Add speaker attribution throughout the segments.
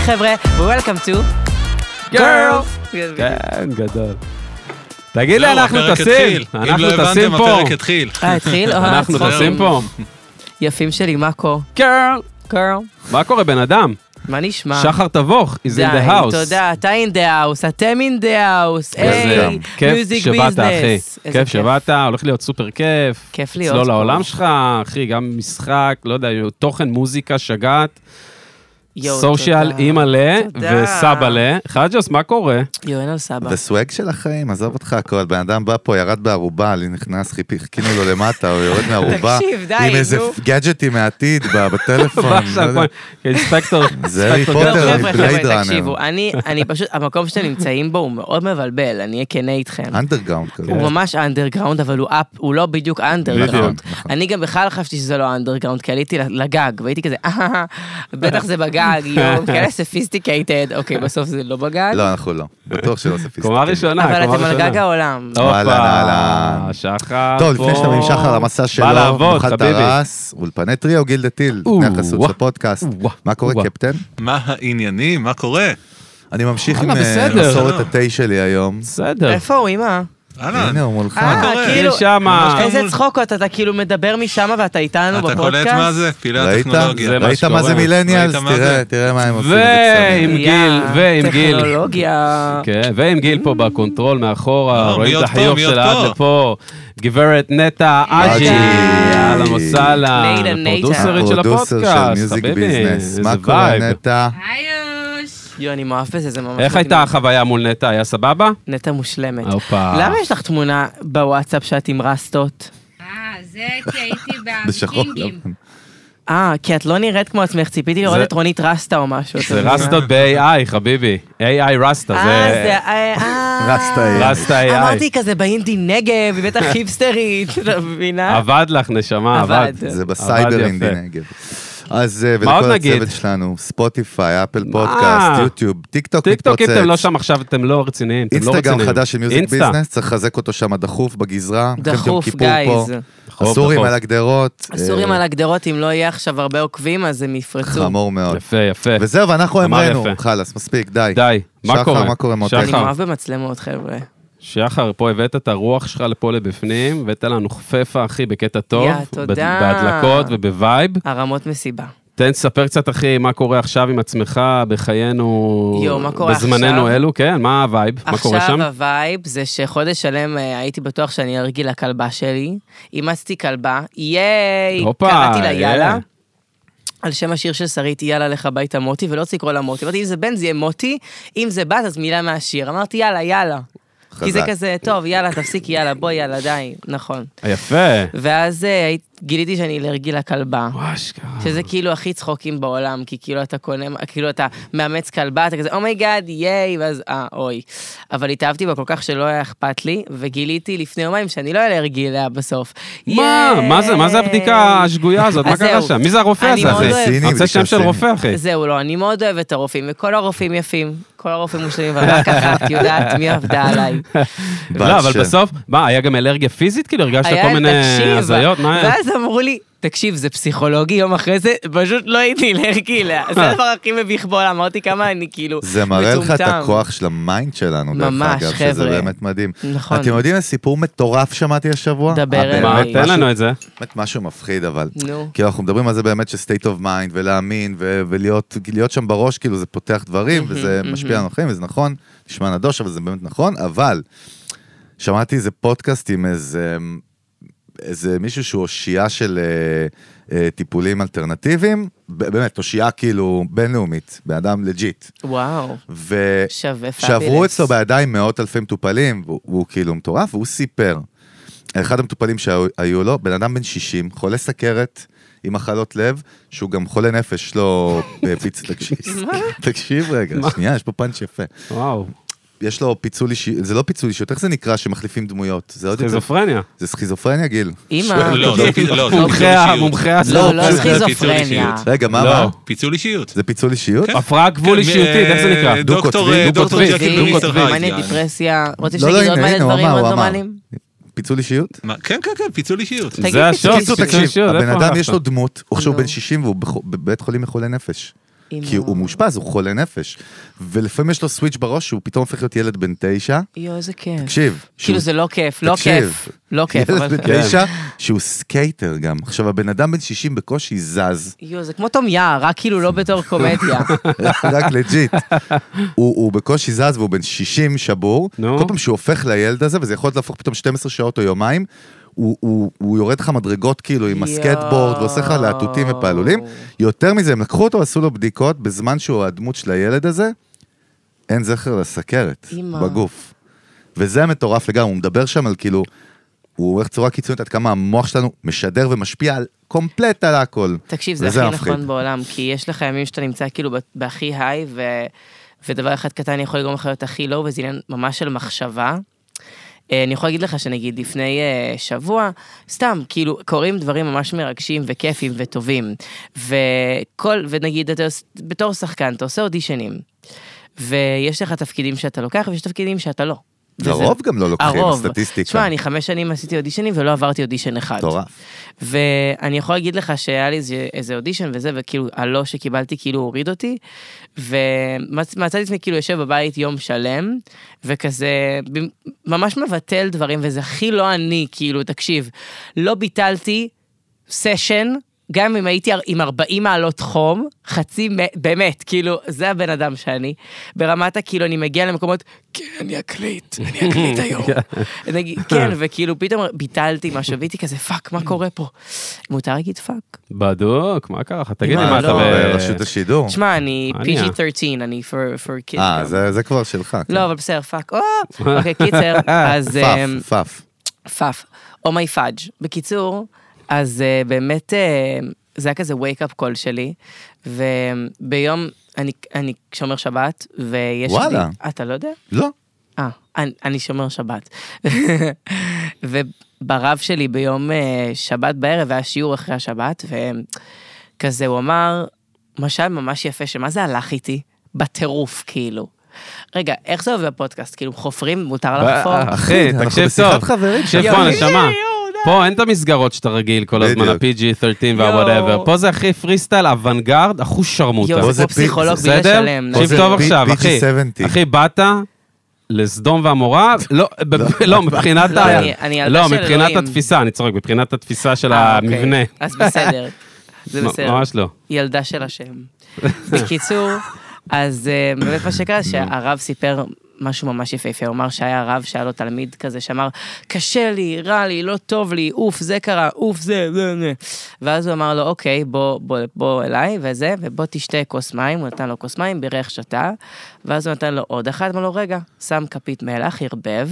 Speaker 1: חבר'ה, Welcome to
Speaker 2: Girl.
Speaker 1: Girl.
Speaker 2: כן, גדול. תגיד לי,
Speaker 3: זהו,
Speaker 2: אנחנו
Speaker 3: לא, הפרק
Speaker 2: טסים,
Speaker 3: התחיל. אם
Speaker 2: אנחנו
Speaker 3: לא
Speaker 2: טסים
Speaker 3: הבנתם,
Speaker 2: פה,
Speaker 3: הפרק התחיל.
Speaker 1: אה, התחיל? אה,
Speaker 2: אנחנו
Speaker 1: צחוק.
Speaker 2: טסים פה.
Speaker 1: יפים שלי, מה קורה?
Speaker 2: גרל.
Speaker 1: Girl.
Speaker 2: מה קורה, בן אדם?
Speaker 1: מה נשמע?
Speaker 2: שחר תבוך, is
Speaker 1: די,
Speaker 2: in the house.
Speaker 1: תודה, אתה in the house, אתם in the house,
Speaker 2: איזה
Speaker 1: היי,
Speaker 2: כיף
Speaker 1: מיוזיק
Speaker 2: שבאת, אחי.
Speaker 1: ביזנס. איזה
Speaker 2: כיף שבאת, הולך להיות סופר כיף.
Speaker 1: כיף להיות
Speaker 2: צלול
Speaker 1: פה.
Speaker 2: העולם שלך, אחי, גם משחק, לא יודע, תוכן, מוזיקה, שגעת,
Speaker 1: יואו,
Speaker 2: סושיאל,
Speaker 1: תודה.
Speaker 2: אימא'לה
Speaker 1: תודה.
Speaker 2: וסבא'לה. חג'וס, מה קורה?
Speaker 1: יואו, אין על סבא.
Speaker 4: זה סוואג של החיים, עזוב אותך הכל. בן אדם בא פה, ירד בערובה, לי נכנס, חיפי- חיכינו לו למטה, הוא יורד מהערובה.
Speaker 1: תקשיב, די,
Speaker 4: עם איזה
Speaker 1: נו.
Speaker 4: גאדג'טים מהעתיד ב- בטלפון.
Speaker 2: בא
Speaker 4: לא יודע.
Speaker 2: שם, אינספקטור,
Speaker 4: זה הארי
Speaker 2: אינספקטור
Speaker 1: לא,
Speaker 4: פוטר,
Speaker 1: חבר'ה,
Speaker 4: בלייד
Speaker 1: חבר'ה,
Speaker 4: ראנר.
Speaker 1: תקשיבו, אני אני פשוט, המקום שאתם נמצאים בו הוא מאוד מבלבל, אני אהיה כנה איתכם.
Speaker 4: אנדרגאונד כזה.
Speaker 2: כן.
Speaker 1: הוא ממש אנדרגראונד, אבל הוא אפ, הוא לא בדיוק
Speaker 4: נכון,
Speaker 1: אנדרגראונד.
Speaker 4: נכון.
Speaker 1: אני גם בכלל חשבתי שזה לא אנדרגראונד, כי עליתי לגג, והייתי כזה, "אההה, בטח זה בגג, יואו, כאלה ספיסטיקייטד, אוקיי, בסוף זה לא בגג,
Speaker 4: לא, אנחנו לא. בטוח שלא ספיסטים.
Speaker 2: קומה ראשונה,
Speaker 1: אבל
Speaker 2: קומה
Speaker 1: אתם על גג
Speaker 2: ראשונה.
Speaker 1: העולם.
Speaker 2: לא
Speaker 4: אהלן,
Speaker 2: הופה,
Speaker 4: אהלן.
Speaker 2: שחר
Speaker 4: טוב, לפני שאתה עם שחר למסע שלו,
Speaker 2: לעבוד,
Speaker 4: נאכל את
Speaker 2: חביבי.
Speaker 4: הרס, אולפני טריו, גילדה טיל,
Speaker 2: או,
Speaker 4: לפני החסות
Speaker 2: וואה.
Speaker 4: של הפודקאסט.
Speaker 2: או,
Speaker 4: מה קורה,
Speaker 2: או.
Speaker 4: קפטן?
Speaker 3: מה העניינים? מה קורה?
Speaker 4: אני ממשיך עם
Speaker 2: וואלה,
Speaker 4: אה,
Speaker 2: בסדר.
Speaker 4: מסורת התה שלי היום.
Speaker 2: בסדר.
Speaker 1: איפה הוא, אמא?
Speaker 3: אהלן.
Speaker 4: הנה, הוא מולך.
Speaker 1: אה,
Speaker 3: קורה?
Speaker 1: כאילו,
Speaker 2: יש שמה,
Speaker 3: ממש-
Speaker 1: איזה
Speaker 3: מול-
Speaker 1: צחוקות, אתה כאילו מדבר משם ואתה איתנו
Speaker 3: אתה
Speaker 1: בפודקאסט?
Speaker 3: קולט מה זה? פעילי
Speaker 4: ראית?
Speaker 3: הטכנולוגיה.
Speaker 2: זה מה
Speaker 4: ראית
Speaker 2: שקורה.
Speaker 4: מה זה מילניאלס?
Speaker 3: ראית מה
Speaker 4: תראה,
Speaker 3: זה?
Speaker 4: תראה מה הם עושים. איזה
Speaker 2: ועם
Speaker 4: קסמים.
Speaker 2: גיל,
Speaker 1: יא,
Speaker 2: ועם גיל.
Speaker 1: טכנולוגיה.
Speaker 2: כן, ועם גיל פה בקונטרול מאחורה,
Speaker 3: לא, מי
Speaker 2: רואים את
Speaker 3: עוד
Speaker 2: החיוך
Speaker 3: פה? מי עוד
Speaker 2: שלה עד לפה.
Speaker 3: פה?
Speaker 2: גברת נטע אג'י,
Speaker 4: אג'י.
Speaker 2: אהלן
Speaker 1: נטע,
Speaker 2: וסהלן,
Speaker 1: נטע.
Speaker 2: פרודוסרית של
Speaker 4: הפרודוסר של
Speaker 2: הפודקאסט,
Speaker 4: מיוזיק
Speaker 2: חביבי,
Speaker 4: ביזנס.
Speaker 2: איזה
Speaker 4: מה קורה,
Speaker 2: וייב.
Speaker 4: נטע?
Speaker 1: אה,
Speaker 5: היוש!
Speaker 1: יואו, אני מאוהב בזה, זה ממש...
Speaker 2: איך
Speaker 1: מתאים.
Speaker 2: הייתה החוויה מול נטע? היה סבבה?
Speaker 1: נטע מושלמת.
Speaker 2: הופה.
Speaker 1: למה יש לך תמונה בוואטסאפ שאת עם רסטות?
Speaker 5: אה, זה כי הייתי
Speaker 4: בשחור
Speaker 5: בוויקינגים.
Speaker 4: לבן.
Speaker 2: כן.
Speaker 1: אה, כי את לא נראית כמו עצמך, ציפיתי לראות
Speaker 2: זה-
Speaker 1: את רונית רסטה או משהו.
Speaker 3: כן.
Speaker 2: זה רסטות ב-AI, חביבי. AI רסטה,
Speaker 1: אה,
Speaker 2: זה
Speaker 1: זה... אה, אה.
Speaker 4: רסטה AI.
Speaker 2: רסטה AI.
Speaker 1: אמרתי כזה באינדי נגב, היא בטח חיפסטרית, אתה מבינה?
Speaker 2: עבד לך, נשמה, עבד.
Speaker 1: עבד.
Speaker 4: זה
Speaker 2: עבד
Speaker 4: בסייבר אינדי
Speaker 2: יפה.
Speaker 4: נגב. אז אה,
Speaker 2: מה עוד
Speaker 4: ולכל
Speaker 2: נגיד?
Speaker 4: הצוות שלנו, ספוטיפיי, אפל פודקאסט, יוטיוב, טיק טוק
Speaker 2: טיק טוק, אם
Speaker 4: מתפוצץ.
Speaker 2: אתם לא שם עכשיו, אתם לא רציניים, אתם לא רציניים.
Speaker 4: אינסטגרם חדש של מיוזיק
Speaker 2: אינסטה.
Speaker 4: ביזנס, צריך לחזק אותו שם דחוף בגזרה. מלחמת יום
Speaker 1: דחוף,
Speaker 4: כיפור פה.
Speaker 1: גייז.
Speaker 2: דחוף,
Speaker 4: הסורים
Speaker 2: דחוף.
Speaker 4: על הגדרות.
Speaker 1: הסורים
Speaker 4: אה,
Speaker 1: על הגדרות, אם לא יהיה עכשיו הרבה עוקבים, אז הם יפרצו.
Speaker 4: חמור מאוד.
Speaker 2: יפה, יפה.
Speaker 4: וזהו, ואנחנו
Speaker 2: אמר
Speaker 4: המרנו.
Speaker 2: יפה.
Speaker 4: חלאס, מספיק, די.
Speaker 2: די, מה
Speaker 4: שחר,
Speaker 2: קורה?
Speaker 4: מה קורה, מותק?
Speaker 1: אני
Speaker 2: שחר,
Speaker 1: מאוהב במצלמות, חבר'ה.
Speaker 2: שחר, פה הבאת את הרוח שלך לפה לבפנים, הבאת לנו חפפה, אחי, בקטע טוב.
Speaker 1: יא, תודה.
Speaker 2: בד- בהדלקות ובווייב.
Speaker 1: הרמות מסיבה.
Speaker 2: תן, ספר קצת, אחי, מה קורה עכשיו עם עצמך, בחיינו...
Speaker 1: יואו, מה קורה
Speaker 2: בזמננו
Speaker 1: עכשיו?
Speaker 2: אלו, כן, מה הווייב? מה קורה שם?
Speaker 1: עכשיו הווייב זה שחודש שלם אה, הייתי בטוח שאני אלרגי לכלבה שלי. אימצתי כלבה, ייי!
Speaker 2: הופה,
Speaker 1: קראתי לה
Speaker 2: ייי.
Speaker 1: יאללה. על שם השיר של שרית, יאללה לך הביתה מוטי, ולא רציתי לקרוא לה מוטי. אמרתי, אם זה בן זה יהיה מוטי, אם זה בת אז מילה מהשיר. אמרתי, יאללה, יאללה. כי זה
Speaker 4: חזק.
Speaker 1: כזה, טוב, יאללה, תפסיקי, יאללה, בואי, יאללה, די, נכון.
Speaker 2: יפה.
Speaker 1: ואז אה, היית- גיליתי שאני אלרגי לכלבה.
Speaker 2: וואי, אשכרה.
Speaker 1: שזה כאילו הכי צחוקים בעולם, כי כאילו אתה קונה, כאילו אתה מאמץ כלבה, אתה כזה, "Oh אומייגאד, ייי, ואז, אה, אוי. אבל התאהבתי בה כל כך שלא היה אכפת לי, וגיליתי לפני יומיים שאני לא אלרגי אליה בסוף.
Speaker 2: מה?
Speaker 1: ייי.
Speaker 2: מה זה? מה זה הבדיקה השגויה הזאת?
Speaker 1: אז
Speaker 2: מה קרה
Speaker 1: זהו.
Speaker 2: שם? מי זה הרופא
Speaker 1: אני
Speaker 2: הזה,
Speaker 1: מאוד
Speaker 2: אחי?
Speaker 1: אוהב-
Speaker 4: סיני,
Speaker 2: אני רוצה
Speaker 4: בדיקה
Speaker 2: שם של
Speaker 4: סינית.
Speaker 2: רופא, אחי.
Speaker 1: זהו, לא, אני מאוד אוהבת את הרופאים, וכל הרופאים יפים, כל הרופאים מושלמים, אבל רק אחת יודעת מי עבדה עליי.
Speaker 2: לא, אבל
Speaker 4: שם.
Speaker 2: בסוף, מה, היה גם אלרגיה פיזית? כאילו, הרגשת כל מיני
Speaker 1: תקשיב,
Speaker 2: הזיות? מה היה?
Speaker 1: ואז אמרו לי, תקשיב, זה פסיכולוגי, יום אחרי זה, פשוט לא הייתי אלרגי אליה. זה הדבר הכי מביך בעולם, אמרתי כמה אני כאילו מטומטם.
Speaker 4: זה מראה לך את הכוח של המיינד שלנו, דרך
Speaker 1: ממש,
Speaker 4: אגב, שזה
Speaker 1: חבר'ה.
Speaker 4: באמת מדהים.
Speaker 1: נכון.
Speaker 4: אתם יודעים איזה סיפור מטורף שמעתי השבוע?
Speaker 1: דבר
Speaker 4: אה,
Speaker 1: אליי.
Speaker 2: מה,
Speaker 4: באמת
Speaker 1: אלרגיה.
Speaker 2: תן
Speaker 4: משהו-
Speaker 2: לנו את זה.
Speaker 4: באמת משהו מפחיד, אבל.
Speaker 1: נו.
Speaker 4: כאילו, אנחנו מדברים על זה באמת של state of mind, ולהאמין, ו- ולהיות להיות שם בראש, כאילו, זה פותח דברים, וזה משפיע על החיים, וזה נכון, נשמע נדוש, אבל זה באמת נכון, אבל שמעתי איזה פודקאסט עם איזה... איזה מישהו שהוא אושייה של אה, אה, טיפולים אלטרנטיביים, ב- באמת, אושייה כאילו בינלאומית, בן אדם לג'יט.
Speaker 1: וואו,
Speaker 4: ו...
Speaker 1: שווה פאבילס.
Speaker 4: שעברו אצלו בידיים מאות אלפי מטופלים, והוא והוא כאילו מטורף, והוא סיפר. אחד המטופלים שהיו היו לו, בן אדם בן 60, חולה סכרת עם מחלות לב, שהוא גם חולה נפש, לא אה, פיצ... תקשיב, תקשיב רגע, שנייה, יש פה פאנץ' יפה.
Speaker 2: וואו,
Speaker 4: יש לו פיצול אישי, זה לא פיצול אישיות, איך זה נקרא שמחליפים דמויות? זה עוד יותר...
Speaker 2: סכיזופרניה.
Speaker 4: זה סכיזופרניה, גיל?
Speaker 1: אימא.
Speaker 3: לא, זה פיצול לא, זה פיצול
Speaker 2: מומחה ה-
Speaker 3: אישיות.
Speaker 2: מומחה ה...
Speaker 1: לא, לא
Speaker 4: פשוט-
Speaker 1: סכיזופרניה.
Speaker 4: רגע, מה,
Speaker 2: לא.
Speaker 4: מה?
Speaker 3: פיצול אישיות.
Speaker 4: זה פיצול אישיות?
Speaker 3: כן.
Speaker 2: הפרעה גבול
Speaker 3: כן,
Speaker 2: אישיותית, איך זה נקרא?
Speaker 3: אה, דוקטור
Speaker 4: דו-קוטבי,
Speaker 3: אה, דוקטור
Speaker 2: דו-קוטבי.
Speaker 3: ג'קיל
Speaker 2: דו-קוטבי.
Speaker 3: ומיסטר הייד.
Speaker 1: מניה
Speaker 3: יעני.
Speaker 1: דיפרסיה, רוצה
Speaker 4: לא, לא,
Speaker 1: שנגיד עוד
Speaker 4: הנה,
Speaker 1: מלא
Speaker 4: הנה, הוא
Speaker 1: דברים
Speaker 4: אמר,
Speaker 1: מאוד
Speaker 4: הוא אמר.
Speaker 1: נורמליים?
Speaker 4: פיצול אישיות?
Speaker 3: מה, כן, כן, כן, פיצול אישיות.
Speaker 1: תגיד,
Speaker 2: זה השוט.
Speaker 1: פיצול
Speaker 4: קיצור,
Speaker 2: פיצול
Speaker 4: תקשיב,
Speaker 2: אישיות,
Speaker 4: הבן
Speaker 2: איפה
Speaker 4: אדם
Speaker 2: הלכת?
Speaker 4: יש לו דמות, הוא חושב
Speaker 1: נו.
Speaker 4: בן 60 והוא בח- בבית חולים לחולי נפש.
Speaker 1: לא. עם
Speaker 4: כי
Speaker 1: ה-
Speaker 4: הוא מאושפז, הוא חולה נפש. ולפעמים יש לו סוויץ' בראש שהוא פתאום הופך להיות ילד בן תשע.
Speaker 1: יואו, איזה כיף.
Speaker 4: תקשיב. שהוא-
Speaker 1: כאילו זה לא כיף, לא
Speaker 4: תקשיב,
Speaker 1: כיף. לא כיף. אבל-
Speaker 4: ילד בן תשע שהוא סקייטר גם. עכשיו, הבן אדם בן 60 בקושי זז,
Speaker 1: יואו, זה כמו תום יער, רק כאילו לא בתור קומדיה.
Speaker 4: רק לג'יט. הוא הוא בקושי זז והוא בן 60 שבור.
Speaker 2: נו.
Speaker 4: כל פעם שהוא הופך לילד הזה, וזה יכול להיות להפוך פתאום 12 שעות או יומיים, הוא- הוא הוא יורד לך מדרגות כאילו עם הסקטבורד, ועושה לך להטוטים
Speaker 1: יואו.
Speaker 4: ופעלולים. יותר מזה, הם לקחו אותו, עשו לו בדיקות, בזמן שהוא הדמות של הילד הזה, אין זכר לסכרת
Speaker 1: אימא.
Speaker 4: בגוף. וזה מטורף לגמרי, הוא מדבר שם על כאילו, הוא אומר בצורה קיצונית עד כמה המוח שלנו משדר ומשפיע על, קומפלט על הכל.
Speaker 1: תקשיב, זה
Speaker 4: וזה
Speaker 1: הכי
Speaker 4: מפחיד.
Speaker 1: נכון בעולם, כי יש לך ימים שאתה נמצא כאילו ב- בהכי היי, ו... ודבר אחד קטן יכול לגרום לך להיות הכי לואו, וזה עניין ממש של מחשבה. אה, אני יכולה להגיד לך שנגיד לפני אה, שבוע, סתם, כאילו, קורים דברים ממש מרגשים וכיפים וטובים. וכל, ונגיד, אתה עוש- בתור שחקן, אתה עושה אודישנים, ויש לך תפקידים שאתה לוקח, ויש תפקידים שאתה לא. וזה-
Speaker 4: לרוב גם לא לוקחים,
Speaker 1: הרוב.
Speaker 4: סטטיסטיקה.
Speaker 1: תשמע, אני חמש שנים עשיתי אודישנים ולא עברתי אודישן אחד.
Speaker 4: מטורף.
Speaker 1: ואני יכול להגיד לך שהיה לי איזה, איזה אודישן וזה, וכאילו הלא שקיבלתי כאילו הוריד אותי, ומצאתי עצמי כאילו יושב בבית יום שלם, וכזה במ- ממש מבטל דברים, וזה הכי לא אני, כאילו, תקשיב, לא ביטלתי סשן. גם אם הייתי עם 40 מעלות חום, חצי, מ- באמת, כאילו, זה הבן אדם שאני. ברמת הכאילו, אני מגיע למקומות, כן, אני אקליט, אני אקליט היום. נגיד, כן, וכאילו, פתאום ביטלתי משהו, והייתי כזה, פאק, מה קורה פה? מותר להגיד פאק?
Speaker 2: בדוק, מה קרה לך? תגיד לי,
Speaker 4: אה,
Speaker 1: מה,
Speaker 2: מה אתה
Speaker 1: לא,
Speaker 3: אה,
Speaker 2: ב-
Speaker 4: ברשות השידור?
Speaker 1: תשמע, אני
Speaker 2: מניאק.
Speaker 1: PG-13, אני for, for kids.
Speaker 4: אה,
Speaker 1: גם.
Speaker 4: זה- זה כבר שלך. כן.
Speaker 1: לא, אבל בסדר, פאק. או, אוקיי, קיצר, אז... אמ,
Speaker 4: פאף, פאף.
Speaker 1: פאף, או מי פאג'. בקיצור, אז uh, באמת uh, זה היה כזה wake-up call שלי, וביום, אני, אני שומר שבת, ויש
Speaker 4: וואלה.
Speaker 1: לי... אתה לא יודע?
Speaker 4: לא.
Speaker 1: אה, אני, אני שומר שבת. וברב שלי ביום אה, שבת בערב היה שיעור אחרי השבת, וכזה הוא אמר, משל ממש יפה, שמה זה הלך איתי? בטירוף, כאילו. רגע, איך זה עובד בפודקאסט? כאילו, חופרים, מותר לחפור?
Speaker 2: ב- אה, אחי,
Speaker 1: אה,
Speaker 4: אנחנו
Speaker 2: תקשיב
Speaker 4: בשיחת
Speaker 2: טוב.
Speaker 4: חברים,
Speaker 2: תקשיב
Speaker 4: שנייה.
Speaker 2: פה,
Speaker 1: יואו,
Speaker 2: נשמה.
Speaker 1: יואו,
Speaker 2: פה אין את המסגרות שאתה רגיל כל הזמן,
Speaker 4: בדיוק.
Speaker 2: ה-PG-13
Speaker 1: יואו.
Speaker 2: וה-whatever. פה זה הכי פרי סטייל, אוונגרד, אחוז שרמוטה.
Speaker 1: יואו, זה
Speaker 4: פה זה
Speaker 1: כמו
Speaker 4: פי-
Speaker 1: פסיכולוג נכון. בלי
Speaker 2: בסדר?
Speaker 1: לשלם.
Speaker 4: פה
Speaker 2: תקשיב
Speaker 4: זה
Speaker 2: טוב
Speaker 4: P-
Speaker 2: עכשיו, אחי.
Speaker 4: PG-17.
Speaker 2: אחי, באת לסדום ועמורה, לא, ב- לא, מבחינת
Speaker 1: לא,
Speaker 2: ה...
Speaker 1: אני- אני ילדה
Speaker 2: לא,
Speaker 1: של
Speaker 2: מבחינת
Speaker 1: אלוהים.
Speaker 2: התפיסה, אני צוחק, מבחינת התפיסה של
Speaker 1: אה, אוקיי.
Speaker 2: המבנה.
Speaker 1: אז בסדר, זה
Speaker 2: מ-
Speaker 1: בסדר.
Speaker 2: ממש לא.
Speaker 1: ילדה של השם. בקיצור, אז אה, באמת מה שקרה, שהרב סיפר משהו ממש יפהפה, הוא אמר שהיה רב שהיה לו תלמיד כזה שאמר, קשה לי, רע לי, לא טוב לי, אוף, זה קרה, אוף, זה, זה, זה. ואז הוא אמר לו, אוקיי, בוא, בוא, בוא אליי וזה, ובוא תשתה כוס מים, הוא נתן לו כוס מים, בירך שתה, ואז הוא נתן לו עוד אחת, אמר לו, רגע, שם כפית מלח, ערבב,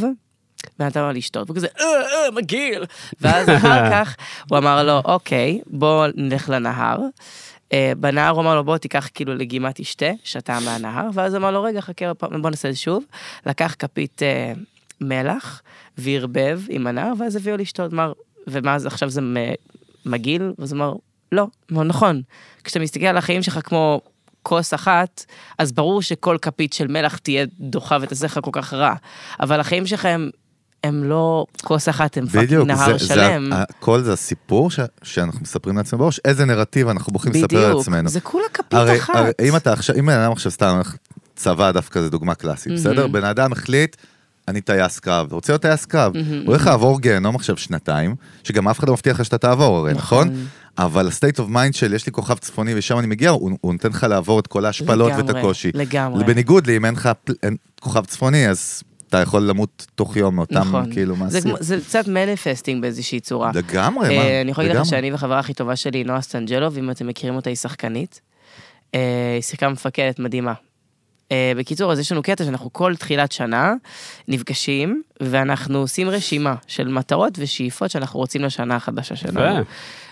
Speaker 1: ונתן לו לשתות, והוא כזה, אה, אה, מגעיל. ואז אחר כך הוא אמר לו, אוקיי, בוא נלך לנהר. אה, בנהר הוא אמר לו, בוא תיקח כאילו לגימה תשתה, שתה מהנהר, ואז הוא אמר לו, רגע, חכה, עוד פעם, בוא נעשה את זה שוב. לקח כפית אה, מלח וערבב עם הנהר, ואז הביאו לשתות, אמר, ומה אז עכשיו זה מ- מגעיל? ואז הוא אמר, לא, אמר, נכון. כשאתה מסתכל על החיים שלך כמו כוס אחת, אז ברור שכל כפית של מלח תהיה דוחה ותעשה לך כל כך רע. אבל החיים שלך הם, הם לא כוס אחת, הם פאקינג
Speaker 4: בדיוק,
Speaker 1: נהר
Speaker 4: זה- זה
Speaker 1: שלם.
Speaker 4: ה- הכל זה הסיפור ש- שאנחנו מספרים לעצמנו בראש, איזה נרטיב אנחנו בוחרים לספר
Speaker 1: בדיוק,
Speaker 4: לעצמנו.
Speaker 1: זה כולה כפית
Speaker 4: הרי,
Speaker 1: אחת.
Speaker 4: הרי אם אתה עכשיו, אם בן אדם עכשיו סתם, צבא דווקא זה דוגמה קלאסית, בסדר? בן אדם החליט, אני טייס קרב, רוצה להיות טייס קרב. הוא הולך לעבור גיהנום עכשיו שנתיים, שגם אף אחד לא מבטיח לך שאתה תעבור הרי, נכון? אבל הסטייט אוף מיינד של יש לי כוכב צפוני ושם אני מגיע, הוא הוא נותן לך לעבור את כל ההשפלות ואת
Speaker 1: לגמרי,
Speaker 4: הקושי.
Speaker 1: לגמרי.
Speaker 4: בניגוד לאם אין לך פל- אין כוכב צפוני, אז אתה יכול למות תוך יום מאותם
Speaker 1: נכון.
Speaker 4: כאילו
Speaker 1: זה,
Speaker 4: מעשים.
Speaker 1: כמו, זה קצת מניפסטינג באיזושהי צורה.
Speaker 4: לגמרי,
Speaker 1: אה,
Speaker 4: מה?
Speaker 1: אני יכולה להגיד לך
Speaker 4: לגמרי.
Speaker 1: שאני והחברה הכי טובה שלי, נועה סטנג'לוב, אם אתם מכירים אותה, היא שחקנית. אה, היא שיחקה מפקדת מדהימה. אה, בקיצור, אז יש לנו קטע שאנחנו כל תחילת שנה נפגשים, ואנחנו עושים רשימה של מטרות ושאיפות שאנחנו רוצים לשנה החדשה שלנו.
Speaker 2: יפה.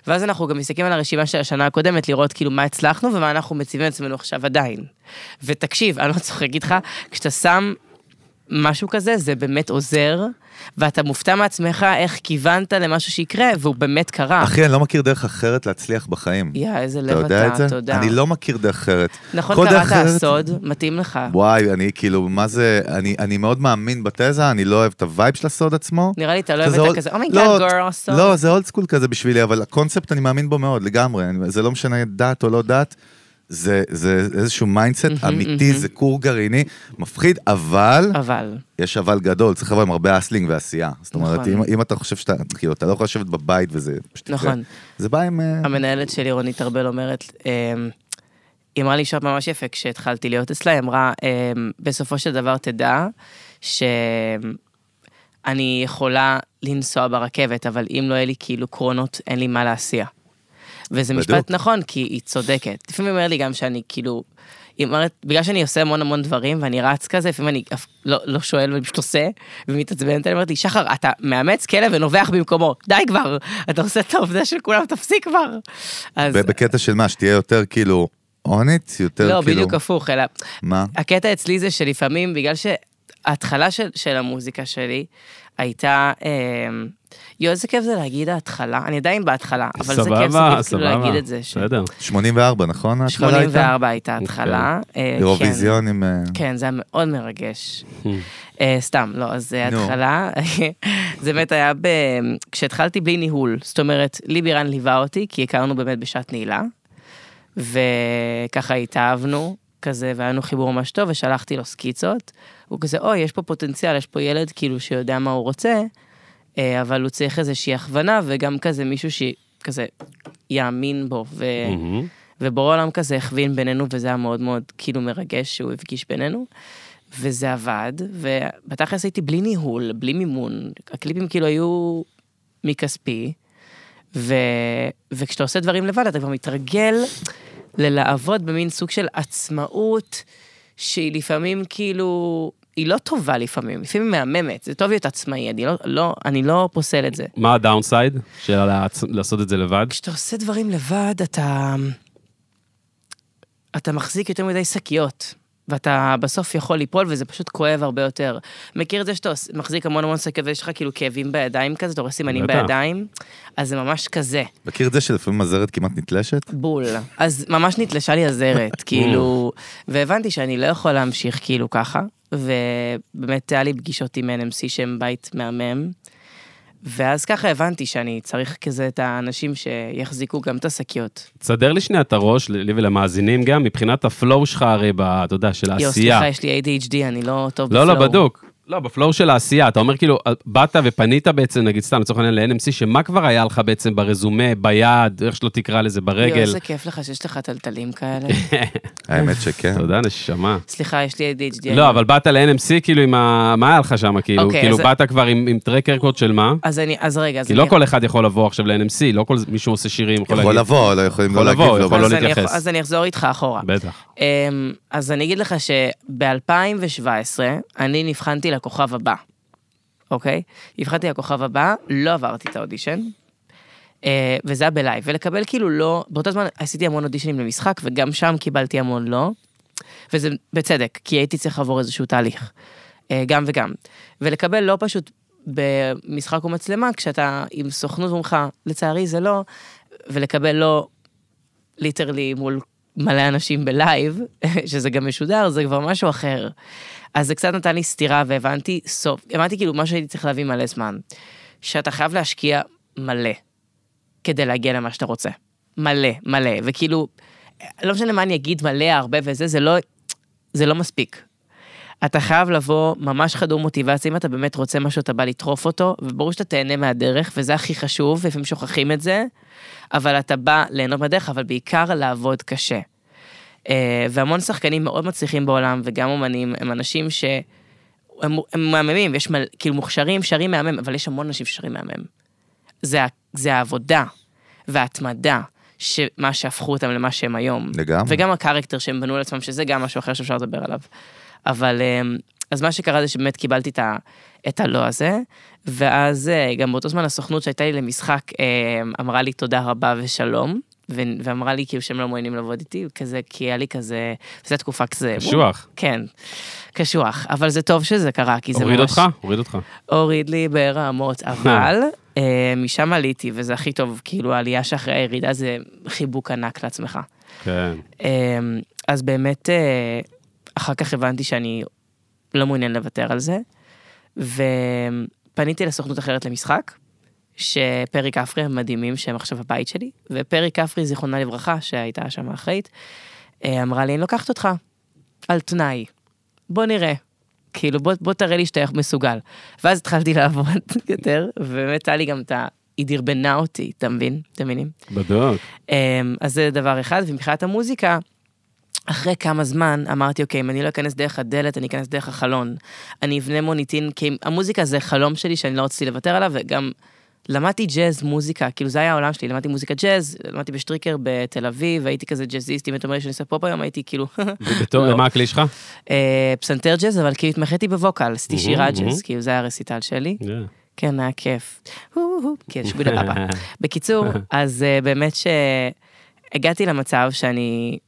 Speaker 1: ואז אנחנו גם מסתכלים על הרשימה של השנה הקודמת, לראות כאילו מה הצלחנו ומה אנחנו מציבים לעצמנו עכשיו עדיין. ותקשיב, אני לא צוחק איתך, כשאתה שם משהו כזה, זה באמת עוזר, ואתה מופתע מעצמך איך כיוונת למשהו שיקרה, והוא באמת קרה.
Speaker 4: אחי, אני לא מכיר דרך אחרת להצליח בחיים.
Speaker 1: יא, איזה
Speaker 4: אתה
Speaker 1: לב
Speaker 4: יודע את
Speaker 1: אתה,
Speaker 4: זה?
Speaker 1: תודה.
Speaker 4: אני לא מכיר דרך אחרת. כל
Speaker 1: נכון,
Speaker 4: דרך
Speaker 1: קראת
Speaker 4: אחרת-
Speaker 1: הסוד, מתאים לך.
Speaker 4: וואי, אני כאילו, מה זה, אני, אני מאוד מאמין בתזה, אני לא אוהב את הווייב של הסוד עצמו.
Speaker 1: נראה לי אתה לא
Speaker 4: שזה
Speaker 1: הבאת
Speaker 4: אול-
Speaker 1: כזה, אומייגאד
Speaker 4: לא,
Speaker 1: גורל סוד.
Speaker 4: לא, זה אולד סקול כזה בשבילי, אבל הקונספט אני מאמין בו מאוד, לגמרי. אני- זה לא משנה דת או לא דת, זה, זה איזשהו מיינדסט אמיתי, זה כור גרעיני, מפחיד, אבל,
Speaker 1: אבל.
Speaker 4: יש אבל גדול, צריך לבוא עם הרבה אסלינג ועשייה. זאת אומרת,
Speaker 1: נכון.
Speaker 4: אם, אם אתה חושב שאתה, כאילו, אתה לא יכול לשבת בבית וזה פשוט... יקרה.
Speaker 1: נכון.
Speaker 4: זה בא עם... אה,
Speaker 1: המנהלת שלי, רונית ארבל, אומרת, אמ, היא אמרה לי שעות ממש יפה כשהתחלתי להיות אצלה, היא אמרה, אמ, בסופו של דבר תדע שאני יכולה לנסוע ברכבת, אבל אם לא יהיה לי כאילו קרונות, אין לי מה להסיע. וזה
Speaker 4: בדיוק.
Speaker 1: משפט נכון, כי היא צודקת. לפעמים היא אומרת לי גם שאני כאילו... היא אומרת, בגלל שאני עושה המון המון דברים, ואני רץ כזה, לפעמים אני אף לא, לא שואל ואני פשוט עושה, ומתעצבנת, אני אומרת לי, שחר, אתה מאמץ כלב ונובח במקומו, די כבר, אתה עושה את העובדה של כולם, תפסיק כבר. אז
Speaker 4: בקטע של מה, שתהיה יותר כאילו אונית, יותר
Speaker 1: לא,
Speaker 4: כאילו...
Speaker 1: בדיוק הפוך, אלא
Speaker 4: מה?
Speaker 1: הקטע אצלי זה שלפעמים, בגלל שההתחלה של, של המוזיקה שלי הייתה, אה, יואו, איזה כיף זה להגיד ההתחלה, אני עדיין בהתחלה, אבל זה כיף, זה
Speaker 2: סבבה,
Speaker 1: כיף כאילו
Speaker 2: סבבה.
Speaker 1: להגיד את זה. ש-
Speaker 2: בסדר.
Speaker 4: 84, נכון? ההתחלה הייתה?
Speaker 1: 84 הייתה התחלה. אה,
Speaker 4: אוקיי. אירוויזיון עם... אה,
Speaker 1: כן, כן, זה היה מאוד מרגש. אה, סתם, לא, אז אה,
Speaker 4: נו.
Speaker 1: התחלה, זה באמת היה ב... כשהתחלתי בלי ניהול, זאת אומרת, ליבירן ליווה אותי, כי הכרנו באמת בשעת נעילה, וככה התאהבנו, כזה, והיה לנו חיבור ממש טוב, ושלחתי לו סקיצות. הוא כזה, אוי, יש פה פוטנציאל, יש פה ילד כאילו שיודע מה הוא רוצה, אה, אבל הוא צריך איזושהי הכוונה, וגם כזה מישהו שכזה יאמין בו, ו...
Speaker 4: Hmm.
Speaker 2: מהמם.
Speaker 1: ובורא עולם כזה הכווין בינינו, וזה היה מאוד מאוד כאילו מרגש שהוא הפגיש בינינו. וזה עבד, ובתכלס הייתי בלי ניהול, בלי מימון. הקליפים כאילו היו מכספי, ו... וכשאתה עושה דברים לבד, אתה כבר מתרגל ללעבוד במין סוג של עצמאות, שהיא לפעמים כאילו... היא לא טובה לפעמים, לפעמים היא מהממת, זה טוב להיות עצמאי, אני לא, לא, אני לא פוסל את זה.
Speaker 2: מה הדאונסייד של לעצ- לעשות את זה לבד?
Speaker 1: כשאתה עושה דברים לבד, אתה... אתה מחזיק יותר מדי שקיות, ואתה בסוף יכול ליפול, וזה פשוט כואב הרבה יותר. מכיר את זה שאתה עוש- מחזיק המון המון שקיות, ויש לך כאילו כאבים בידיים כזה, אתה רואה סימנים
Speaker 2: בטח.
Speaker 1: בידיים? אז זה ממש כזה,
Speaker 4: מכיר את זה שלפעמים הזרת כמעט נתלשת?
Speaker 1: בול. אז ממש נתלשה לי הזרת, כאילו... והבנתי שאני לא יכול להמשיך כאילו ככה, ובאמת היה לי פגישות עם NMC שהם בית מהמם. ואז ככה הבנתי שאני צריך כזה את האנשים שיחזיקו גם את השקיות.
Speaker 2: תסדר לי שנייה את הראש, לי ולמאזינים גם, מבחינת הפלואו שלך הרי, ב- אתה יודע, של
Speaker 1: יואו,
Speaker 2: העשייה.
Speaker 1: סליחה, יש לי ADHD, אני לא טוב
Speaker 2: לא, לא,
Speaker 1: בפלואו.
Speaker 2: בדוק. לא, בפלואו של העשייה, אתה אומר כאילו, באת ופנית בעצם, נגיד סתם, לצורך העניין ל-NMC, שמה כבר היה לך בעצם ברזומה, ביד, איך שלא תקרא לזה,
Speaker 1: יואו,
Speaker 2: ברגל?
Speaker 1: איזה כיף לך שיש לך טלטלים כאלה.
Speaker 4: האמת שכן.
Speaker 2: תודה, נשמה.
Speaker 1: סליחה, יש לי ADHD.
Speaker 2: לא, אבל באת ל-NMC, כאילו, עם ה... מה היה לך שם, כאילו?
Speaker 1: כן. אוקיי,
Speaker 2: כאילו,
Speaker 1: אז- כן.
Speaker 2: באת כבר עם עם טרק רקורד של מה?
Speaker 1: אז אני, אז רגע, אז
Speaker 2: כי
Speaker 1: אני...
Speaker 2: לא כל אחד יכול לבוא עכשיו ל-NMC, לא כל מישהו עושה שירים, יכול
Speaker 4: יכול
Speaker 2: להגיד.
Speaker 4: לבוא, לא יכולים
Speaker 2: יכול
Speaker 4: לא להגיב
Speaker 2: לבוא,
Speaker 4: לו.
Speaker 2: יכול
Speaker 4: אבל-
Speaker 2: לא
Speaker 1: אז אני
Speaker 2: להתייחס.
Speaker 1: יכול- אז אני אחזור איתך אחורה.
Speaker 2: בטח.
Speaker 1: אמ, אז אני אגיד לך שב-2017 אני נבחנתי לכוכב הבא, אוקיי? נבחנתי לכוכב הבא, לא עברתי את האודישן, אה, וזה היה בלייב, ולקבל כאילו לא, באותו זמן עשיתי המון אודישנים למשחק, וגם שם קיבלתי המון לא, וזה בצדק, כי הייתי צריך לעבור איזשהו תהליך, אה, גם וגם. ולקבל לא פשוט במשחק ומצלמה, כשאתה עם סוכנות ואומרים לך, לצערי זה לא, ולקבל לא ליטרלי מול מלא אנשים בלייב, שזה גם משודר, זה כבר משהו אחר. אז זה קצת נתן לי סתירה והבנתי סוף, הבנתי כאילו מה שהייתי צריך להבין מלא זמן, שאתה חייב להשקיע מלא כדי להגיע למה שאתה רוצה. מלא, מלא, וכאילו, לא משנה מה אני אגיד מלא, הרבה וזה, זה לא, זה לא מספיק. אתה חייב לבוא ממש חדור מוטיבציה, אם אתה באמת רוצה משהו, אתה בא לטרוף אותו, וברור שאתה תהנה מהדרך, וזה הכי חשוב, ולפעמים שוכחים את זה, אבל אתה בא ליהנות מהדרך, אבל בעיקר לעבוד קשה. אה, והמון שחקנים מאוד מצליחים בעולם, וגם אומנים, הם אנשים ש... הם, הם מהממים, יש מל, כאילו מוכשרים, שרים מהמם, אבל יש המון אנשים ששרים מהמם. זה, ה- זה העבודה וההתמדה, שמה שהפכו אותם למה שהם היום.
Speaker 2: Mm.
Speaker 4: לגמרי.
Speaker 1: וגם הקרקטר שהם בנו לעצמם, שזה גם משהו אחר שאפשר לדבר עליו. אבל אמ, אז מה שקרה זה שבאמת קיבלתי את, ה, את הלא הזה, ואז אה, גם באותו זמן הסוכנות שהייתה לי למשחק אמ, אמרה לי תודה רבה ושלום. ו- ואמרה לי כאילו שהם לא מעוניינים לעבוד איתי, כזה, כי היה לי כזה, זו הייתה תקופה כזה...
Speaker 2: קשוח.
Speaker 1: כן, קשוח, אבל זה טוב שזה קרה, כי זה ממש...
Speaker 2: הוריד אותך? הוריד אותך.
Speaker 1: הוריד לי ברמות, אבל אה, משם עליתי, וזה הכי טוב, כאילו העלייה שאחרי הירידה זה חיבוק ענק לעצמך.
Speaker 2: כן.
Speaker 1: אה, אז באמת, אה, אחר כך הבנתי שאני לא מעוניין לוותר על זה, ופניתי לסוכנות אחרת למשחק, שפרי כפרי הם מדהימים, שהם עכשיו הבית שלי, ופרי כפרי, זיכרונה לברכה, שהייתה שם האחראית, אה, אמרה לי, אני לוקחת אותך, על תנאי, בוא נראה. כאילו, בוא, בוא תראה לי שאתה מסוגל. ואז התחלתי לעבוד יותר, ובאמת היה לי גם את ה... היא דרבנה אותי, אתה מבין? אתם מבינים?
Speaker 2: בדיוק.
Speaker 1: אמ, אז זה דבר אחד, ומבחינת המוזיקה, אחרי כמה זמן אמרתי, אוקיי, אם אני לא אכנס דרך הדלת, אני אכנס דרך החלון. אני אבנה מוניטין, כי המוזיקה זה חלום שלי שאני לא רציתי לוותר עליו, וגם למדתי ג'אז מוזיקה, כאילו זה היה העולם שלי, למדתי מוזיקה ג'אז, למדתי בשטריקר בתל אביב, הייתי כזה ג'אזיסט, אם אתה אומר לי שאני עושה פופ היום, הייתי כאילו...
Speaker 2: ובתור,
Speaker 1: לא.
Speaker 2: מה הכלי שלך?
Speaker 1: אה, פסנתר ג'אז, אבל כאילו התמחיתי בווקל, עשיתי שירה
Speaker 2: אהה,
Speaker 1: ג'אז,
Speaker 2: אהה.
Speaker 1: כאילו זה היה הרסיטל שלי. כן, היה כיף. הו, הו, כן, שביל הבבא. בקיצור, אז אה, באמת שהגעתי למצב שאני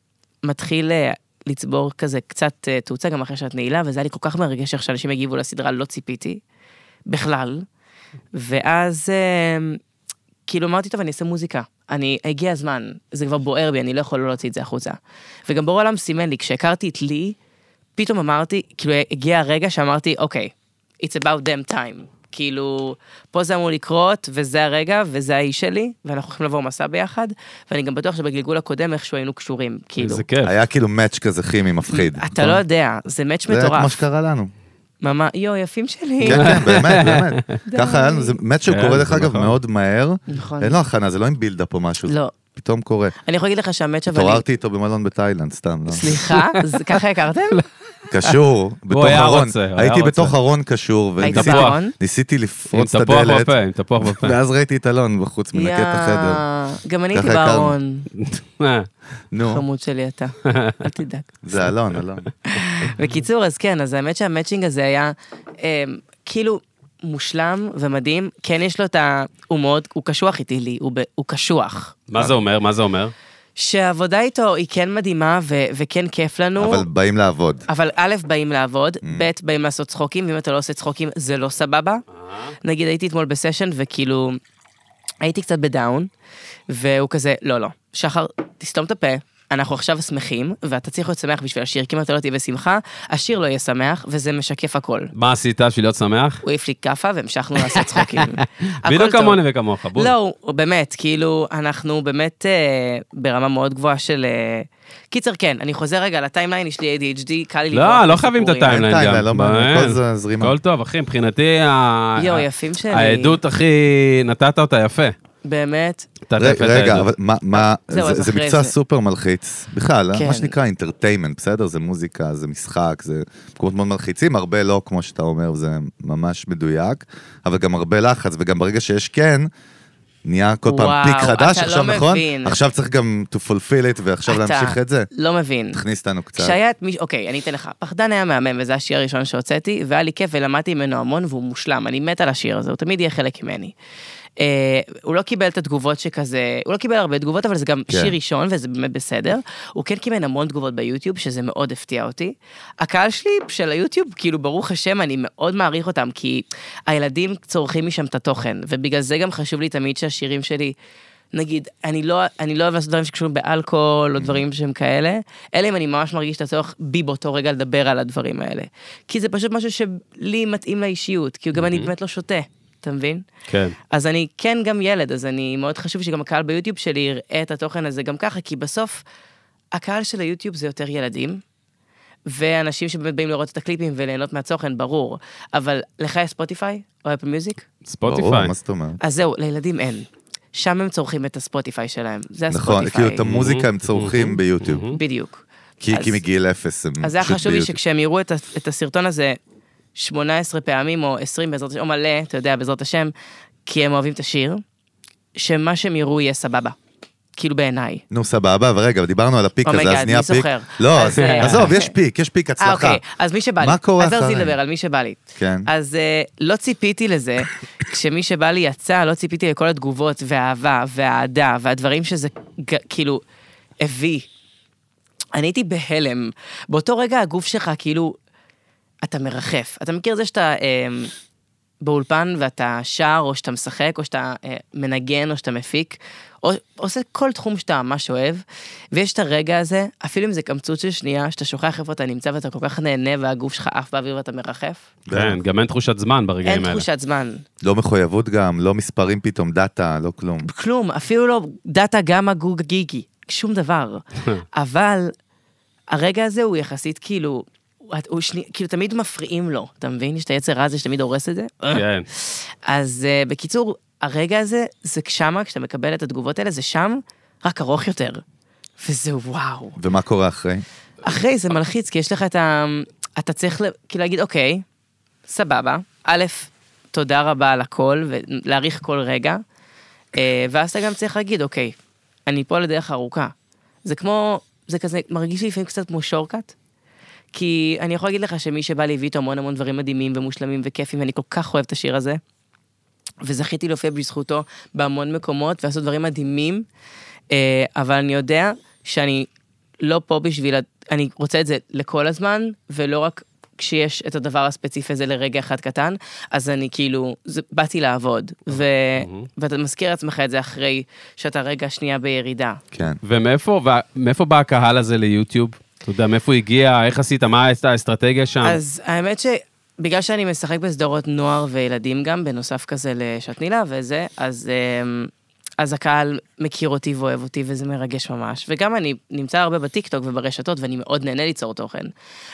Speaker 1: מתחיל אה, לצבור כזה קצת אה, תאוצה, גם אחרי שאת נעילה, וזה היה לי כל כך מרגש איך שאנשים הגיבו לסדרה, לא ציפיתי, בכלל. ואז אה, כאילו אמרתי, טוב, אני אעשה מוזיקה. אני, הגיע הזמן, זה כבר בוער בי, אני לא יכול לא להוציא את זה החוצה. וגם בורא עולם סימן לי, כשהכרתי את לי, פתאום אמרתי, כאילו הגיע הרגע שאמרתי, אוקיי, it's about them time. כאילו, פה זה אמור לקרות, וזה הרגע, וזה האיש שלי, ואנחנו הולכים לעבור מסע ביחד, ואני גם בטוח שבגלגול הקודם איכשהו היינו קשורים, כאילו.
Speaker 2: איזה כיף.
Speaker 4: היה כאילו מאץ' כזה כימי מפחיד.
Speaker 1: אתה לא יודע, זה מאץ'
Speaker 4: נכון. זה כמו
Speaker 1: מטורף.
Speaker 4: שקרה לנו.
Speaker 1: ממש, יואו, יפים שלי.
Speaker 4: כן, כן, באמת, באמת. ככה היה לנו, זה מאץ' שהוא
Speaker 2: כן,
Speaker 4: קורה
Speaker 2: זה
Speaker 4: דרך אגב
Speaker 2: נכון.
Speaker 4: מאוד מהר.
Speaker 1: נכון.
Speaker 4: אין לו הכנה, זה לא עם בילדאפ או משהו.
Speaker 1: לא.
Speaker 4: פתאום קורה.
Speaker 1: אני יכולה להגיד לך שהמאץ' אבל...
Speaker 4: התעוררתי איתו במלון בתאילנד, סתם, לא.
Speaker 1: סליחה, זה- ככה הכרתם?
Speaker 4: קשור, בתוך
Speaker 2: היה
Speaker 4: ארון.
Speaker 2: רוצה, הוא היה
Speaker 4: הייתי
Speaker 2: רוצה.
Speaker 4: בתוך ארון קשור,
Speaker 1: היית
Speaker 2: תפוח.
Speaker 1: בארון?
Speaker 4: וניסיתי
Speaker 2: עם
Speaker 4: לפרוץ את
Speaker 2: תפוח
Speaker 4: הדלת,
Speaker 2: בפה, עם תפוח בפה.
Speaker 4: ואז ראיתי את אלון בחוץ, מנקה את החדר.
Speaker 1: יא, גם אני הייתי
Speaker 4: ככה הכרנו.
Speaker 1: בארון,
Speaker 2: אה,
Speaker 4: נו,
Speaker 1: חמוד שלי אתה, אל תדאג.
Speaker 4: זה אלון, אלון.
Speaker 1: בקיצור, אז כן, אז האמת שהמצ'ינג הזה היה אה, כאילו מושלם ומדהים. כן, יש לו את ה... הוא מאוד, הוא קשוח איתי לי, הוא, ב, הוא קשוח.
Speaker 2: מה זה אומר? מה זה אומר?
Speaker 1: שהעבודה איתו היא כן מדהימה ו, וכן כיף לנו.
Speaker 4: אבל באים לעבוד.
Speaker 1: אבל א', באים לעבוד,
Speaker 2: Mm.
Speaker 1: ב', באים לעשות צחוקים, ואם אתה לא עושה צחוקים, זה לא סבבה. נגיד, הייתי אתמול בסשן, וכאילו, הייתי קצת בדאון, והוא כזה, לא, לא, שחר, תסתום את הפה. אנחנו עכשיו שמחים, ואתה צריך להיות שמח בשביל השיר, כי אם אתה לא תהיה בשמחה, השיר לא יהיה שמח, וזה משקף הכל.
Speaker 2: מה עשית בשביל להיות שמח?
Speaker 1: הוא העיף לי כאפה והמשכנו לעשות צחוקים. הכל
Speaker 2: בדיוק
Speaker 1: טוב.
Speaker 2: כמוני וכמוך, בול.
Speaker 1: לא, הוא- הוא באמת, כאילו, אנחנו באמת אה, ברמה מאוד גבוהה של... אה, קיצר, כן, אני חוזר רגע לטיימליין, יש לי ADHD, קל לי לברוח
Speaker 2: לא, לא חייבים את
Speaker 1: מסיפורים.
Speaker 2: הטיימליין
Speaker 4: אין
Speaker 2: גם.
Speaker 4: טיימליין, לא מעניין, הכל זה זרימה.
Speaker 2: הכל טוב, אחי, מבחינתי... ה-
Speaker 1: יואו,
Speaker 2: ה-
Speaker 1: יפים שלי.
Speaker 2: העדות הכי... נתת אותה יפה.
Speaker 1: באמת?
Speaker 2: נתת
Speaker 4: ר-
Speaker 2: יפה את
Speaker 4: רגע,
Speaker 2: העדות.
Speaker 4: אבל מה- מה,
Speaker 1: זהו,
Speaker 4: זה-
Speaker 1: אז
Speaker 4: זה
Speaker 1: אחרי
Speaker 4: מקצוע
Speaker 1: זה.
Speaker 4: סופר מלחיץ, בכלל, אה?
Speaker 1: כן.
Speaker 4: מה שנקרא אינטרטיימנט, בסדר? זה מוזיקה, זה משחק, זה מקומות מאוד מלחיצים, הרבה לא, כמו שאתה אומר, זה ממש מדויק, אבל גם הרבה לחץ, וגם ברגע שיש כן, נהיה כל פעם
Speaker 1: וואו,
Speaker 4: פיק חדש,
Speaker 1: אתה
Speaker 4: עכשיו
Speaker 1: לא
Speaker 4: נכון?
Speaker 1: מבין.
Speaker 4: עכשיו צריך גם to fulfill it, ועכשיו
Speaker 1: אתה
Speaker 4: להמשיך את זה.
Speaker 1: לא מבין.
Speaker 4: תכניס אותנו קצת.
Speaker 1: כשהיה את מישהו, אוקיי, אני אתן לך. פחדן היה מהמם, וזה השיר הראשון שהוצאתי, והיה לי כיף ולמדתי ממנו המון, והוא מושלם, אני מתה על השיר הזה, הוא תמיד יהיה חלק ממני. אה, הוא לא קיבל את התגובות שכזה, הוא לא קיבל הרבה תגובות, אבל זה גם
Speaker 4: כן.
Speaker 1: שיר ראשון, וזה באמת בסדר. הוא כן קיבל המון תגובות ביוטיוב, שזה מאוד הפתיע אותי. הקהל שלי של היוטיוב, כאילו, ברוך השם, אני מאוד מעריך אותם, כי הילדים צורכים משם את התוכן, ובגלל זה גם חשוב לי תמיד שהשירים שלי... נגיד, אני לא, אני לא אוהב לעשות דברים שקשורים באלכוהול או דברים שהם כאלה, אלא אם אני ממש מרגיש את הצורך בי באותו רגע לדבר על הדברים האלה. כי זה פשוט משהו שלי מתאים לאישיות, כי גם אני באמת לא שותה, אתה מבין?
Speaker 2: כן.
Speaker 1: אז אני כן גם ילד, אז אני מאוד חשוב שגם הקהל ביוטיוב שלי יראה את התוכן הזה גם ככה, כי בסוף הקהל של היוטיוב זה יותר ילדים, ואנשים שבאמת באים לראות את הקליפים וליהנות מהתוכן, ברור. אבל לך יש ספוטיפיי או אפל מיוזיק?
Speaker 4: ברור,
Speaker 2: ספוטיפיי.
Speaker 4: מה זאת אומרת?
Speaker 1: אז זהו, לילדים אין. שם הם צורכים את הספוטיפיי שלהם, זה הספוטיפיי.
Speaker 4: נכון, כאילו את המוזיקה הם צורכים ביוטיוב,
Speaker 1: בדיוק.
Speaker 4: כי
Speaker 1: אז-
Speaker 4: כי מגיל אפס הם פשוט ביוטיוב.
Speaker 1: אז זה היה חשוב לי שכשהם יראו את, ה- את הסרטון הזה 18 פעמים, או 20 בעזרת השם, או מלא, אתה יודע, בעזרת השם, כי הם אוהבים את השיר, שמה שהם יראו יהיה סבבה. כאילו בעיניי.
Speaker 4: נו סבבה, אבל רגע, אבל דיברנו על הפיק הזה,
Speaker 1: אומייגאד,
Speaker 4: אז נהיה
Speaker 1: מי
Speaker 4: פיק.
Speaker 1: זוכר?
Speaker 4: לא,
Speaker 1: אז,
Speaker 4: אז-
Speaker 1: אה,
Speaker 4: עזוב, יש פיק, יש פיק
Speaker 1: אה,
Speaker 4: הצלחה.
Speaker 1: אוקיי, אז מי שבא לי.
Speaker 4: מה קורה
Speaker 1: אז אז
Speaker 4: אחרי?
Speaker 1: לדבר על מי שבא לי.
Speaker 4: כן.
Speaker 1: אז אה, לא ציפיתי לזה, כשמי שבא לי יצא, לא ציפיתי לכל התגובות והאהבה והאהדה והדברים שזה ג- כאילו הביא. אני הייתי בהלם. באותו רגע הגוף שלך כאילו, אתה מרחף. אתה מכיר את זה שאתה אה, באולפן ואתה שר, או שאתה משחק, או שאתה אה, מנגן, או שאתה מפיק, או עושה כל תחום שאתה ממש אוהב, ויש את הרגע הזה, אפילו אם זה קמצוץ של שנייה, שאתה שוכח איפה אתה נמצא ואתה כל כך נהנה והגוף שלך עף באוויר ואתה מרחף.
Speaker 2: כן, גם אין תחושת זמן ברגעים
Speaker 1: אין
Speaker 2: האלה.
Speaker 1: תחושת זמן.
Speaker 4: לא מחויבות גם, לא מספרים פתאום, דאטה, לא כלום.
Speaker 1: כלום, אפילו לא דאטה גמא גוג גיגי, שום דבר. אבל הרגע הזה הוא יחסית כאילו, הוא- הוא שני, כאילו תמיד מפריעים לו, אתה מבין? יש את היצר הזה שתמיד הורס את זה.
Speaker 2: כן.
Speaker 1: אז אה, בקיצור, הרגע הזה, זה שמה, כשאתה מקבל את התגובות האלה, זה שם, רק ארוך יותר. וזה וואו.
Speaker 4: ומה קורה אחרי?
Speaker 1: אחרי זה מלחיץ, כי יש לך את ה... אתה צריך ל- כאילו להגיד, אוקיי, סבבה, א', תודה רבה על הכל, ולהעריך כל רגע, אה, ואז אתה גם צריך להגיד, אוקיי, אני פה לדרך ארוכה. זה כמו, זה כזה, מרגיש לי לפעמים קצת כמו שורקאט. כי אני יכול להגיד לך שמי שבא לי הביא איתו המון המון דברים מדהימים ומושלמים וכיפים, ואני כל כך אוהב את השיר הזה. וזכיתי להופיע בזכותו בהמון מקומות ועשו דברים מדהימים, אה, אבל אני יודע שאני לא פה בשביל, ה- אני רוצה את זה לכל הזמן, ולא רק כשיש את הדבר הספציפי הזה לרגע אחד קטן, אז אני כאילו, זה, באתי לעבוד, ו, ואתה מזכיר לעצמך את זה אחרי שאתה רגע שנייה בירידה.
Speaker 4: כן.
Speaker 2: ומאיפה ומאיפה בא הקהל הזה ליוטיוב? אתה יודע, מאיפה הוא הגיע, איך עשית, מה הייתה האסטרטגיה שם?
Speaker 1: אז האמת שבגלל שאני משחק בסדרות נוער וילדים גם, בנוסף כזה לשתנילה וזה, אז, אמ, אז הקהל מכיר אותי ואוהב אותי וזה מרגש ממש. וגם אני נמצא הרבה בטיקטוק וברשתות ואני מאוד נהנה ליצור תוכן.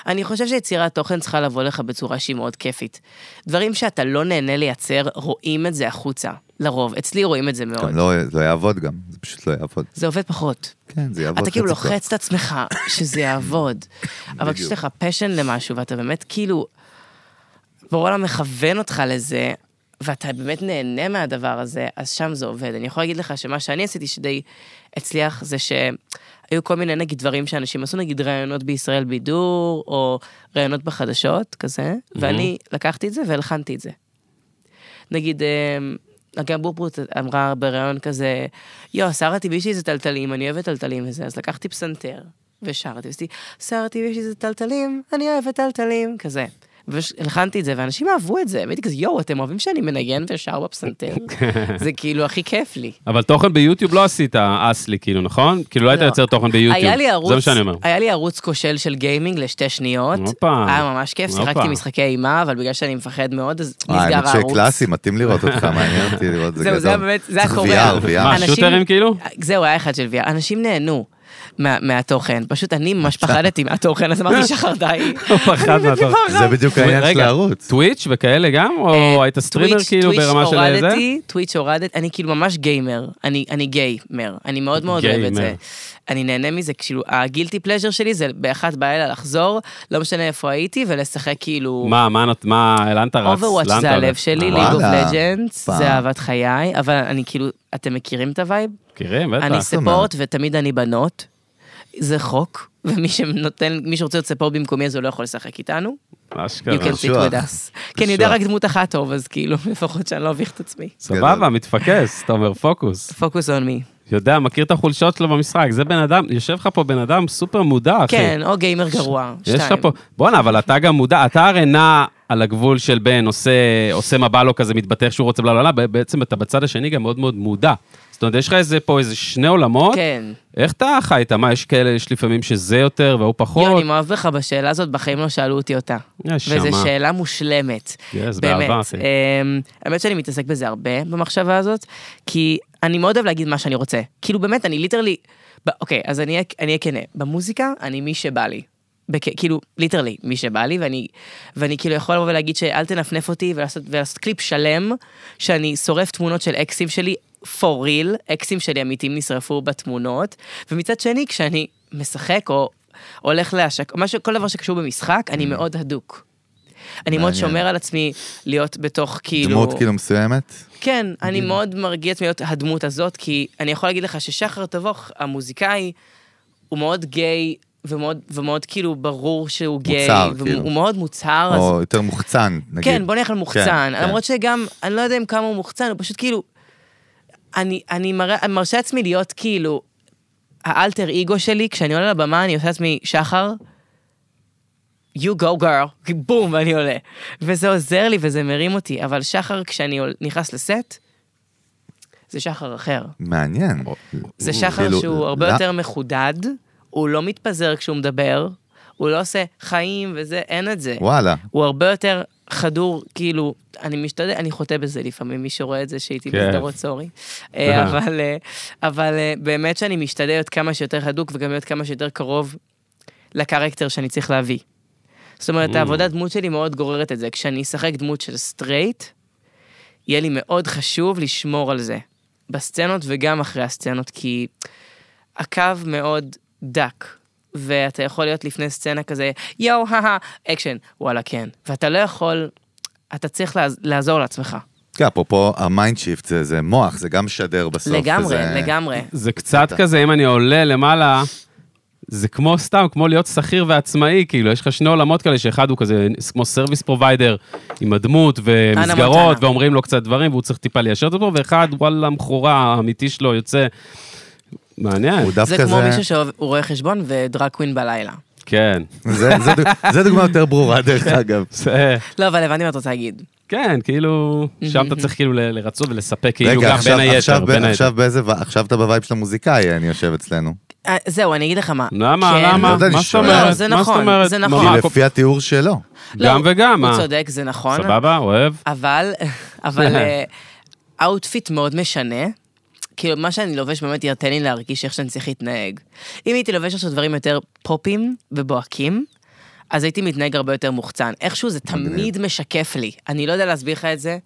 Speaker 1: אני חושב שיצירת תוכן צריכה לבוא לך בצורה שהיא מאוד כיפית. דברים שאתה לא נהנה לייצר, רואים את זה החוצה, לרוב. אצלי רואים את זה מאוד.
Speaker 4: גם לא, זה לא יעבוד גם, זה פשוט לא יעבוד.
Speaker 1: זה עובד פחות.
Speaker 4: כן, זה יעבוד.
Speaker 1: אתה כאילו
Speaker 4: חצי כוח.
Speaker 1: לוחץ את עצמך שזה יעבוד. אבל כשיש לך פשן למשהו, ואתה באמת כאילו, בורלה מכוון אותך לזה, ואתה באמת נהנה מהדבר הזה, אז שם זה עובד. אני יכולה להגיד לך שמה שאני עשיתי שדי הצליח, זה שהיו כל מיני נגיד דברים שאנשים עשו, נגיד ראיונות בישראל בידור, או ראיונות בחדשות, כזה, ואני לקחתי את זה והלחנתי את זה. נגיד, אה, אגם בורפרוט אמרה בריאיון כזה, יו, שרה טבעי שלי זה טלטלים, אני אוהבת טלטלים וזה, אז לקחתי פסנתר ושרתי, ועשיתי, שרה טבעי שלי זה טלטלים, אני אוהבת טלטלים, כזה. והלחנתי את זה, ואנשים אהבו את זה, והייתי כזה, יואו, אתם אוהבים שאני מנגן ושר בפסנתר? זה כאילו הכי כיף לי.
Speaker 2: אבל תוכן ביוטיוב לא עשית, אסלי, כאילו, נכון? כאילו, לא היית
Speaker 1: לא.
Speaker 2: יוצר תוכן ביוטיוב.
Speaker 1: היה לי ערוץ,
Speaker 2: זה מה שאני אומר.
Speaker 1: היה לי ערוץ כושל של גיימינג לשתי שניות.
Speaker 2: הופה.
Speaker 1: היה ממש כיף,
Speaker 2: הופה.
Speaker 1: שיחקתי משחקי אימה, אבל בגלל שאני מפחד מאוד, אז נסגר
Speaker 4: אה, האמת
Speaker 1: הערוץ.
Speaker 4: שקלאסי, מתאים לראות אותך, מעניין אותי לראות את זה גדול.
Speaker 1: זהו, זה היה באמת, זה היה
Speaker 4: צריך
Speaker 1: קורע.
Speaker 4: VR, VR.
Speaker 2: מה,
Speaker 1: אנשים-
Speaker 2: שוטרים כאילו?
Speaker 1: זהו, היה אחד של VR. אנשים נהנו מה- מהתוכן, פשוט אני ממש פחדתי מהתוכן, אז אמרתי שחר די.
Speaker 2: הוא פחד מהתוכן.
Speaker 4: זה בדיוק העניין של
Speaker 2: רגע,
Speaker 4: הערוץ.
Speaker 2: טוויץ' וכאלה גם? או לא, היית סטרימר
Speaker 1: טוויץ'-
Speaker 2: כאילו
Speaker 1: טוויץ'
Speaker 2: ברמה של זה?
Speaker 1: אה, הורדתי, טוויץ' הורדתי, אני כאילו ממש גיימר, אני אני גיימר, אני מאוד מאוד אוהב את
Speaker 2: גיימר.
Speaker 1: זה. אני נהנה מזה, כאילו, הגילטי פלז'ר שלי זה באחת בלילה לחזור, לא משנה איפה הייתי, ולשחק כאילו...
Speaker 2: מה, מה, נת- מה, לאן אתה רץ?
Speaker 1: אוברוואץ'
Speaker 2: לאן
Speaker 1: זה
Speaker 2: אתה
Speaker 1: הלב
Speaker 2: הולך?
Speaker 1: שלי,
Speaker 4: וואלה.
Speaker 1: ליג אוף לג'אנדס,
Speaker 4: פעם.
Speaker 1: זה אהבת חיי, אבל אני כאילו, אתם מכירים את הווייב?
Speaker 2: מכירים,
Speaker 1: אני
Speaker 2: בטח.
Speaker 1: ספורט ותמיד אני בנות. זה חוק, ומי שנותן, מי שרוצה להיות ספורט במקומי אז הוא לא יכול לשחק איתנו.
Speaker 2: אשכרה.
Speaker 1: You can sit
Speaker 4: פשוח.
Speaker 1: with us. כי אני יודע רק דמות אחת טוב, אז כאילו, לפחות שאני לא אביך את עצמי.
Speaker 2: סבבה, מתפקס, אתה אומר פוקוס.
Speaker 1: פוקוס און מי.
Speaker 2: יודע, מכיר את החולשות שלו במשחק. זה בן אדם, יושב לך פה בן אדם סופר מודע, אחי.
Speaker 1: כן, או גיימר גרוע.
Speaker 2: יש לך
Speaker 1: שתיים.
Speaker 2: פה, בואנה, אבל אתה גם מודע, אתה הרי נע על הגבול של בין עושה, עושה מה בא לו כזה, מתבטא איך שהוא רוצה, בלה בלה, בלה, בעצם אתה בצד השני גם מאוד מאוד מודע. זאת אומרת, יש לך איזה פה איזה שני עולמות,
Speaker 1: כן.
Speaker 2: איך אתה חי איתם? מה, יש כאלה, יש לפעמים שזה יותר והוא פחות?
Speaker 1: יוני, מאוהב בך בשאלה הזאת, בחיים לא שאלו אותי אותה.
Speaker 2: נשמה.
Speaker 1: וזו שאלה מושלמת.
Speaker 2: Yes,
Speaker 1: באמת.
Speaker 2: באהבה, כן. אחי.
Speaker 1: אמ, האמת שאני מתעסק בזה הרבה, במחשבה הזאת, כי אני מאוד אוהב להגיד מה שאני רוצה. כאילו באמת, אני ליטרלי... ב- אוקיי, אז אני אהיה- אני אהיה כנה. במוזיקה, אני מי שבא לי. בכ- כאילו, ליטרלי, מי שבא לי, ואני, ואני כאילו יכול לבוא ולהגיד שאל תנפנף אותי ולעשות, ולעשות קליפ שלם, שאני שורף תמונות של אקסים שלי, for real, אקסים שלי אמיתיים נשרפו בתמונות, ומצד שני, כשאני משחק או הולך להשק, משהו, כל דבר שקשור במשחק,
Speaker 2: Mm.
Speaker 1: אני מאוד הדוק. אני מאוד
Speaker 4: מעניין.
Speaker 1: שומר על עצמי להיות בתוך כאילו...
Speaker 4: דמות כאילו מסוימת?
Speaker 1: כן, אני מאוד מרגיע את עצמי להיות הדמות הזאת, כי אני יכול להגיד לך ששחר טבוך, המוזיקאי, הוא מאוד גיי, ומאוד, ומאוד כאילו ברור שהוא גיי. והוא-
Speaker 4: כאילו.
Speaker 1: הוא מאוד מוצהר, לא, אז
Speaker 4: או יותר מוחצן, נגיד.
Speaker 1: כן, בוא נלך על מוחצן.
Speaker 4: כן, כן.
Speaker 1: למרות שגם, אני לא יודע אם כמה הוא מוחצן, הוא פשוט כאילו... אני, אני, מרא, אני מרשה לעצמי להיות כאילו... האלטר אגו שלי, כשאני עולה לבמה, אני עושה לעצמי, שחר, you go girl, בום, ואני עולה. וזה עוזר לי וזה מרים אותי, אבל שחר, כשאני עול- נכנס לסט, זה שחר אחר.
Speaker 4: מעניין.
Speaker 1: זה שחר
Speaker 4: כאילו,
Speaker 1: שהוא הרבה
Speaker 4: לא-
Speaker 1: יותר מחודד, הוא לא מתפזר כשהוא מדבר, הוא לא עושה חיים וזה, אין את זה.
Speaker 4: וואלה.
Speaker 1: הוא הרבה יותר חדור, כאילו, אני משתדל, אני חוטא בזה לפעמים, מי שרואה את זה שהייתי
Speaker 2: כן.
Speaker 1: בסדרות, סורי. אה, אבל, אה, אבל אה, באמת שאני משתדל להיות כמה שיותר הדוק וגם להיות כמה שיותר קרוב לקרקטר שאני צריך להביא. זאת אומרת, העבודת דמות שלי מאוד גוררת את זה. כשאני אשחק דמות של סטרייט, יהיה לי מאוד חשוב לשמור על זה. בסצנות וגם אחרי הסצנות, כי הקו מאוד דק. ואתה יכול להיות לפני סצנה כזה, יואו, הא אקשן, וואלה, כן. ואתה לא יכול, אתה צריך לעז- לעזור לעצמך.
Speaker 4: כן, אפרופו המיינד שיפט זה, זה מוח, זה גם משדר בסוף.
Speaker 1: לגמרי,
Speaker 4: וזה-
Speaker 1: לגמרי.
Speaker 2: זה קצת כזה, אם אני עולה למעלה, זה כמו סתם, כמו להיות שכיר ועצמאי, כאילו, יש לך שני עולמות כאלה, שאחד הוא כזה, כמו סרוויס פרוביידר, עם הדמות ומסגרות,
Speaker 1: מונטנה.
Speaker 2: ואומרים לו קצת דברים, והוא צריך טיפה ליישר אותו, ואחד, וואלה, המכורה האמיתי שלו יוצא... מעניין,
Speaker 4: הוא דווקא
Speaker 1: זה
Speaker 4: זה...
Speaker 1: כמו מישהו שהוא רואה חשבון ודרג קווין בלילה.
Speaker 2: כן.
Speaker 4: זה, זה, דוג- זה דוגמה יותר ברורה, דרך אגב.
Speaker 2: זה-
Speaker 1: לא, אבל הבנתי מה את רוצה להגיד.
Speaker 2: כן, כאילו, שם אתה צריך כאילו ל- לרצות ולספק, כאילו,
Speaker 4: רגע,
Speaker 2: גם
Speaker 4: עכשיו-
Speaker 2: בין היתר,
Speaker 4: עכשיו ב-
Speaker 2: בין היתר.
Speaker 4: עכשיו באיזה... ו- עכשיו אתה בווייב של המוזיקאי, אני יושב אצלנו.
Speaker 1: אה, זהו, אני אגיד לך מה.
Speaker 2: למה,
Speaker 1: כן.
Speaker 4: לא
Speaker 2: למה?
Speaker 4: יודע, אני
Speaker 2: מה זאת
Speaker 4: שואל.
Speaker 2: אומרת?
Speaker 1: לא, זה
Speaker 2: מה זאת
Speaker 1: נכון,
Speaker 2: אומרת?
Speaker 1: זה
Speaker 2: מה,
Speaker 1: נכון.
Speaker 2: מה,
Speaker 4: כי לפי התיאור שלו.
Speaker 1: לא,
Speaker 2: גם וגם,
Speaker 1: הוא
Speaker 2: מה?
Speaker 1: צודק, זה נכון.
Speaker 2: סבבה, אוהב?
Speaker 1: אבל, אבל אה, האוטפיט מאוד משנה. כאילו, מה שאני לובש באמת ירתן לי להרגיש איך שאני צריך להתנהג. אם הייתי לובש עכשיו דברים יותר פופים ובוהקים, אז הייתי מתנהג הרבה יותר מוחצן. איכשהו זה תמיד משקף לי. אני לא יודע להסביר לך את זה.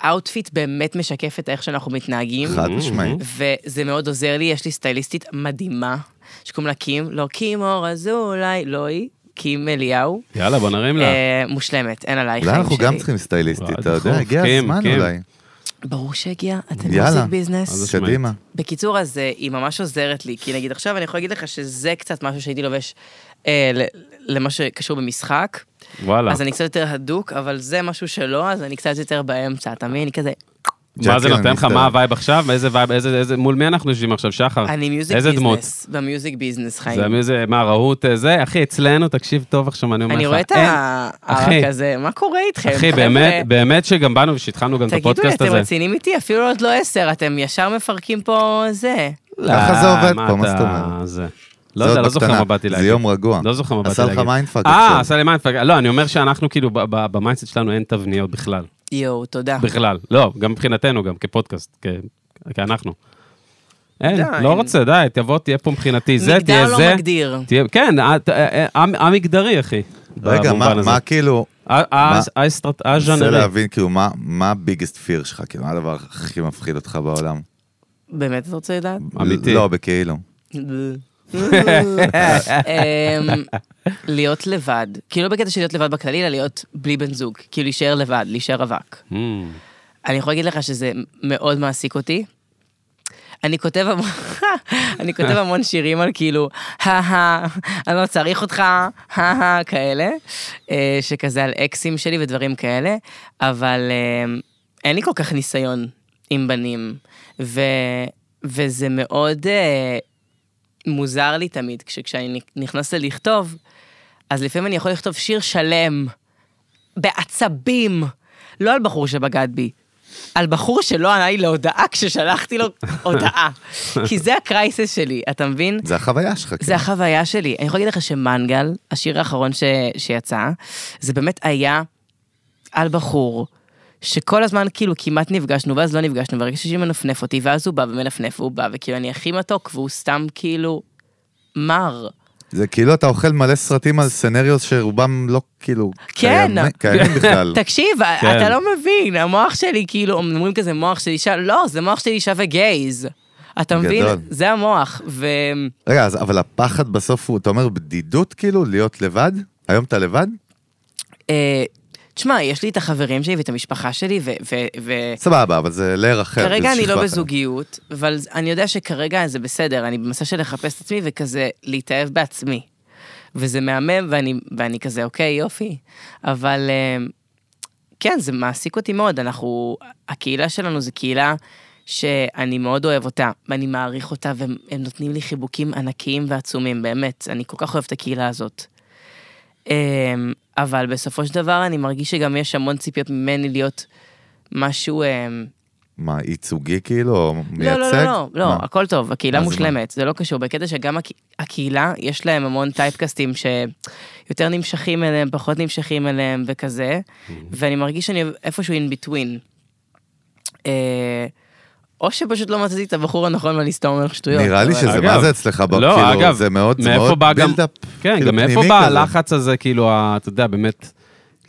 Speaker 1: האוטפיט באמת משקף את איך שאנחנו מתנהגים.
Speaker 4: חד משמעית.
Speaker 1: וזה מאוד עוזר לי, יש לי סטייליסטית מדהימה, שקוראים לה קים, לא קים אור אזולאי, לא היא, קים אליהו.
Speaker 2: יאללה, בוא נרים לה.
Speaker 1: אה, מושלמת, אין עלייך חיים
Speaker 4: אולי
Speaker 1: שלי.
Speaker 4: אנחנו גם צריכים סטייליסטית,
Speaker 2: וואי,
Speaker 4: אתה יודע,
Speaker 2: דחוף,
Speaker 4: הגיע
Speaker 2: כן,
Speaker 4: הזמן
Speaker 2: כן.
Speaker 4: אולי.
Speaker 1: ברור שהגיע, אתם
Speaker 4: יאללה.
Speaker 1: מוזיק ביזנס.
Speaker 2: אז- משמעית.
Speaker 4: קדימה.
Speaker 1: בקיצור, אז אה, היא ממש עוזרת לי, כי נגיד עכשיו אני יכולה להגיד לך שזה קצת משהו שהייתי לובש אה, ל- למה שקשור במשחק,
Speaker 2: וואלה.
Speaker 1: אז אני קצת יותר הדוק, אבל זה משהו שלא, אז אני קצת יותר באמצע, אתה מבין? אני כזה,
Speaker 2: מה זה
Speaker 4: ג'קי,
Speaker 2: נותן לך?
Speaker 4: אני
Speaker 2: מה הווייב עכשיו? איזה וייב? איזה... איזה- מול מי אנחנו יושבים עכשיו, שחר?
Speaker 1: אני מיוזיק
Speaker 2: אה. איזה דמות?
Speaker 1: ביזנס, במיוזיק ביזנס חיים.
Speaker 2: זה מי זה? מה, רהוט? אה, זה? אחי, אצלנו, תקשיב טוב עכשיו, אני אומר לך.
Speaker 1: אני רואה את
Speaker 2: אין-
Speaker 1: הערק
Speaker 2: אחי.
Speaker 1: הזה, מה קורה איתכם?
Speaker 2: אחי,
Speaker 1: חבר'ה?
Speaker 2: באמת, באמת שגם באנו ושהתחלנו גם את
Speaker 1: תגידו לי,
Speaker 2: הפודקאסט
Speaker 1: אתם
Speaker 2: הזה.
Speaker 1: רציניים איתי? אפילו עוד לא עשר, אתם ישר מפרקים פה זה.
Speaker 2: לא,
Speaker 4: ככה זה עובד פה, מה
Speaker 2: אתה-
Speaker 4: זאת אומרת?
Speaker 2: זה. לא
Speaker 4: זה
Speaker 2: יודע,
Speaker 4: עוד
Speaker 2: לא זוכר
Speaker 4: בקטנה,
Speaker 2: מה באתי להגיד.
Speaker 4: זה יום רגוע.
Speaker 2: לא זוכר מה באתי
Speaker 4: עשה
Speaker 2: להגיד.
Speaker 4: לך מיינדפאק
Speaker 2: אה,
Speaker 4: עכשיו.
Speaker 2: עשה לי מיינדפאק. לא, אני אומר שאנחנו כאילו, ב- ב- במיינדסט שלנו אין תבניות בכלל.
Speaker 1: יואו, תודה.
Speaker 2: בכלל. לא, גם מבחינתנו, גם כפודקאסט, כ- כאנחנו. אין,
Speaker 1: די.
Speaker 2: לא רוצה, די, תבוא, תהיה פה מבחינתי. זה, תהיה
Speaker 1: מגדר
Speaker 2: זה.
Speaker 1: לא מגדיר.
Speaker 2: תהיה, כן, ה- ת- ה- ה- המגדרי, אחי.
Speaker 4: רגע, מה-
Speaker 2: במובן הזה.
Speaker 4: מה כאילו...
Speaker 2: ה- ה- האסטרט-
Speaker 4: מנסה
Speaker 2: הז'אנרי.
Speaker 4: להבין, כאילו, מה- מה הביגסט פיר שלך? כאילו, מה הדבר הכי מפחיד אותך בעולם?
Speaker 1: באמת אתה רוצה לדעת?
Speaker 2: אמיתי.
Speaker 4: לא, בכאילו.
Speaker 1: אמ, להיות לבד. כאילו לא בקטע של להיות לבד בכללי, אלא להיות בלי בן זוג. כאילו להישאר לבד, להישאר רווק.
Speaker 2: Mm,
Speaker 1: אני יכולה להגיד לך שזה מאוד מעסיק אותי. אני כותב המון, אני כותב המון שירים על כאילו, הא אני לא צריך אותך, הא כאלה, אה, שכזה על אקסים שלי ודברים כאלה, אבל אה, אין לי כל כך ניסיון עם בנים, ו, וזה מאוד אה, מוזר לי תמיד, כש- כשאני נכנסת לכתוב, אז לפעמים אני יכול לכתוב שיר שלם, בעצבים, לא על בחור שבגד בי, על בחור שלא ענה לי להודעה כששלחתי לו הודעה. כי זה הקרייסס שלי, אתה מבין?
Speaker 4: זה החוויה שלך,
Speaker 1: זה
Speaker 4: כאילו.
Speaker 1: החוויה שלי. אני יכולה להגיד לך שמנגל, השיר האחרון ש... שיצא, זה באמת היה על בחור. שכל הזמן כאילו כמעט נפגשנו, ואז לא נפגשנו, והרגשתי שהוא מנפנף אותי, ואז הוא בא ומנפנף, והוא בא, וכאילו אני הכי מתוק, והוא סתם כאילו מר.
Speaker 4: זה כאילו אתה אוכל מלא סרטים על סצנריו שרובם לא כאילו
Speaker 1: כן.
Speaker 4: קיימי- קיימים בכלל.
Speaker 1: תקשיב,
Speaker 2: כן.
Speaker 1: אתה לא מבין, המוח שלי כאילו, אומרים כזה מוח של אישה, לא, זה מוח של אישה וגייז. אתה מבין?
Speaker 4: גדול.
Speaker 1: זה המוח, ו...
Speaker 4: רגע, אז- אבל הפחד בסוף הוא, אתה אומר בדידות כאילו, להיות לבד? היום אתה לבד?
Speaker 1: אה, תשמע, יש לי את החברים שלי ואת המשפחה שלי, ו... ו- ו-
Speaker 4: סבבה, אבל זה לר אחר.
Speaker 1: כרגע
Speaker 4: זה
Speaker 1: אני
Speaker 4: שכבה
Speaker 1: לא
Speaker 4: אחרת.
Speaker 1: בזוגיות, אבל אני יודע שכרגע זה בסדר, אני במסע של לחפש את עצמי וכזה להתאהב בעצמי. וזה מהמם, ואני, ואני כזה, אוקיי, יופי. אבל אה, כן, זה מעסיק אותי מאוד. אנחנו, הקהילה שלנו זו קהילה שאני מאוד אוהב אותה, ואני מעריך אותה, והם הם נותנים לי חיבוקים ענקיים ועצומים, באמת. אני כל כך אוהב את הקהילה הזאת. אה, אבל בסופו של דבר, אני מרגיש שגם יש המון ציפיות ממני להיות משהו... אה,
Speaker 4: מה, ייצוגי כאילו, או מייצג?
Speaker 1: לא, לא, לא, לא,
Speaker 4: מה?
Speaker 1: לא, הכל טוב, הקהילה
Speaker 4: אז מה?
Speaker 1: מושלמת, זה לא קשור, בקטע שגם הק- הקהילה, יש להם המון טייפקאסטים שיותר נמשכים אליהם, פחות נמשכים אליהם וכזה, ואני מרגיש שאני איפשהו in between. אה, או שפשוט לא מצאתי את הבחור הנכון ואני סתם אומר לך שטויות.
Speaker 4: נראה לי
Speaker 1: אבל-
Speaker 4: שזה,
Speaker 2: אגב,
Speaker 4: מה זה אצלך? ב-
Speaker 2: לא,
Speaker 4: כאילו,
Speaker 2: אגב,
Speaker 4: זה מאוד, זה
Speaker 2: מאיפה
Speaker 4: מאוד
Speaker 2: בא גם-
Speaker 4: בילדאפ.
Speaker 2: כן,
Speaker 4: כאילו,
Speaker 2: גם מאיפה
Speaker 4: פנימי
Speaker 2: בא
Speaker 4: כזה.
Speaker 2: הלחץ הזה, כאילו, ה- אתה יודע, באמת,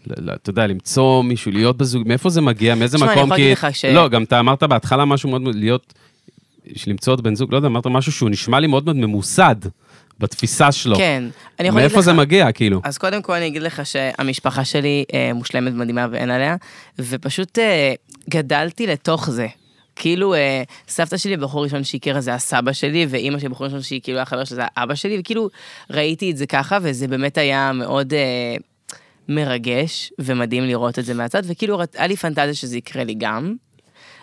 Speaker 2: ל- ל- אתה יודע, למצוא מישהו, להיות בזוג, מאיפה זה מגיע, מאיזה
Speaker 1: תשמע, אני
Speaker 2: מקום,
Speaker 1: יכולה
Speaker 2: כי...
Speaker 1: להגיד לך ש-
Speaker 2: לא, גם אתה אמרת בהתחלה משהו מאוד, מאוד- להיות, למצוא עוד בן זוג, לא יודע, אמרת משהו שהוא נשמע לי מאוד מאוד ממוסד בתפיסה שלו.
Speaker 4: לא.
Speaker 1: כן. אני יכולה להגיד
Speaker 2: מאיפה
Speaker 1: לך...
Speaker 2: זה מגיע, כאילו?
Speaker 1: אז קודם כל אני אגיד לך שהמשפחה שלי אה, מושלמת, מדהימה ואין עליה, ופשוט אה, גדלתי לתוך זה. כאילו, אה, סבתא שלי, בחור ראשון שהכירה, זה הסבא שלי, ואימא שלי, בחור ראשון שהיא כאילו היה חבר שלה, זה האבא שלי, וכאילו, ראיתי את זה ככה, וזה באמת היה מאוד אה, מרגש, ומדהים לראות את זה מהצד, וכאילו, רצ- היה לי פנטזיה שזה יקרה לי גם.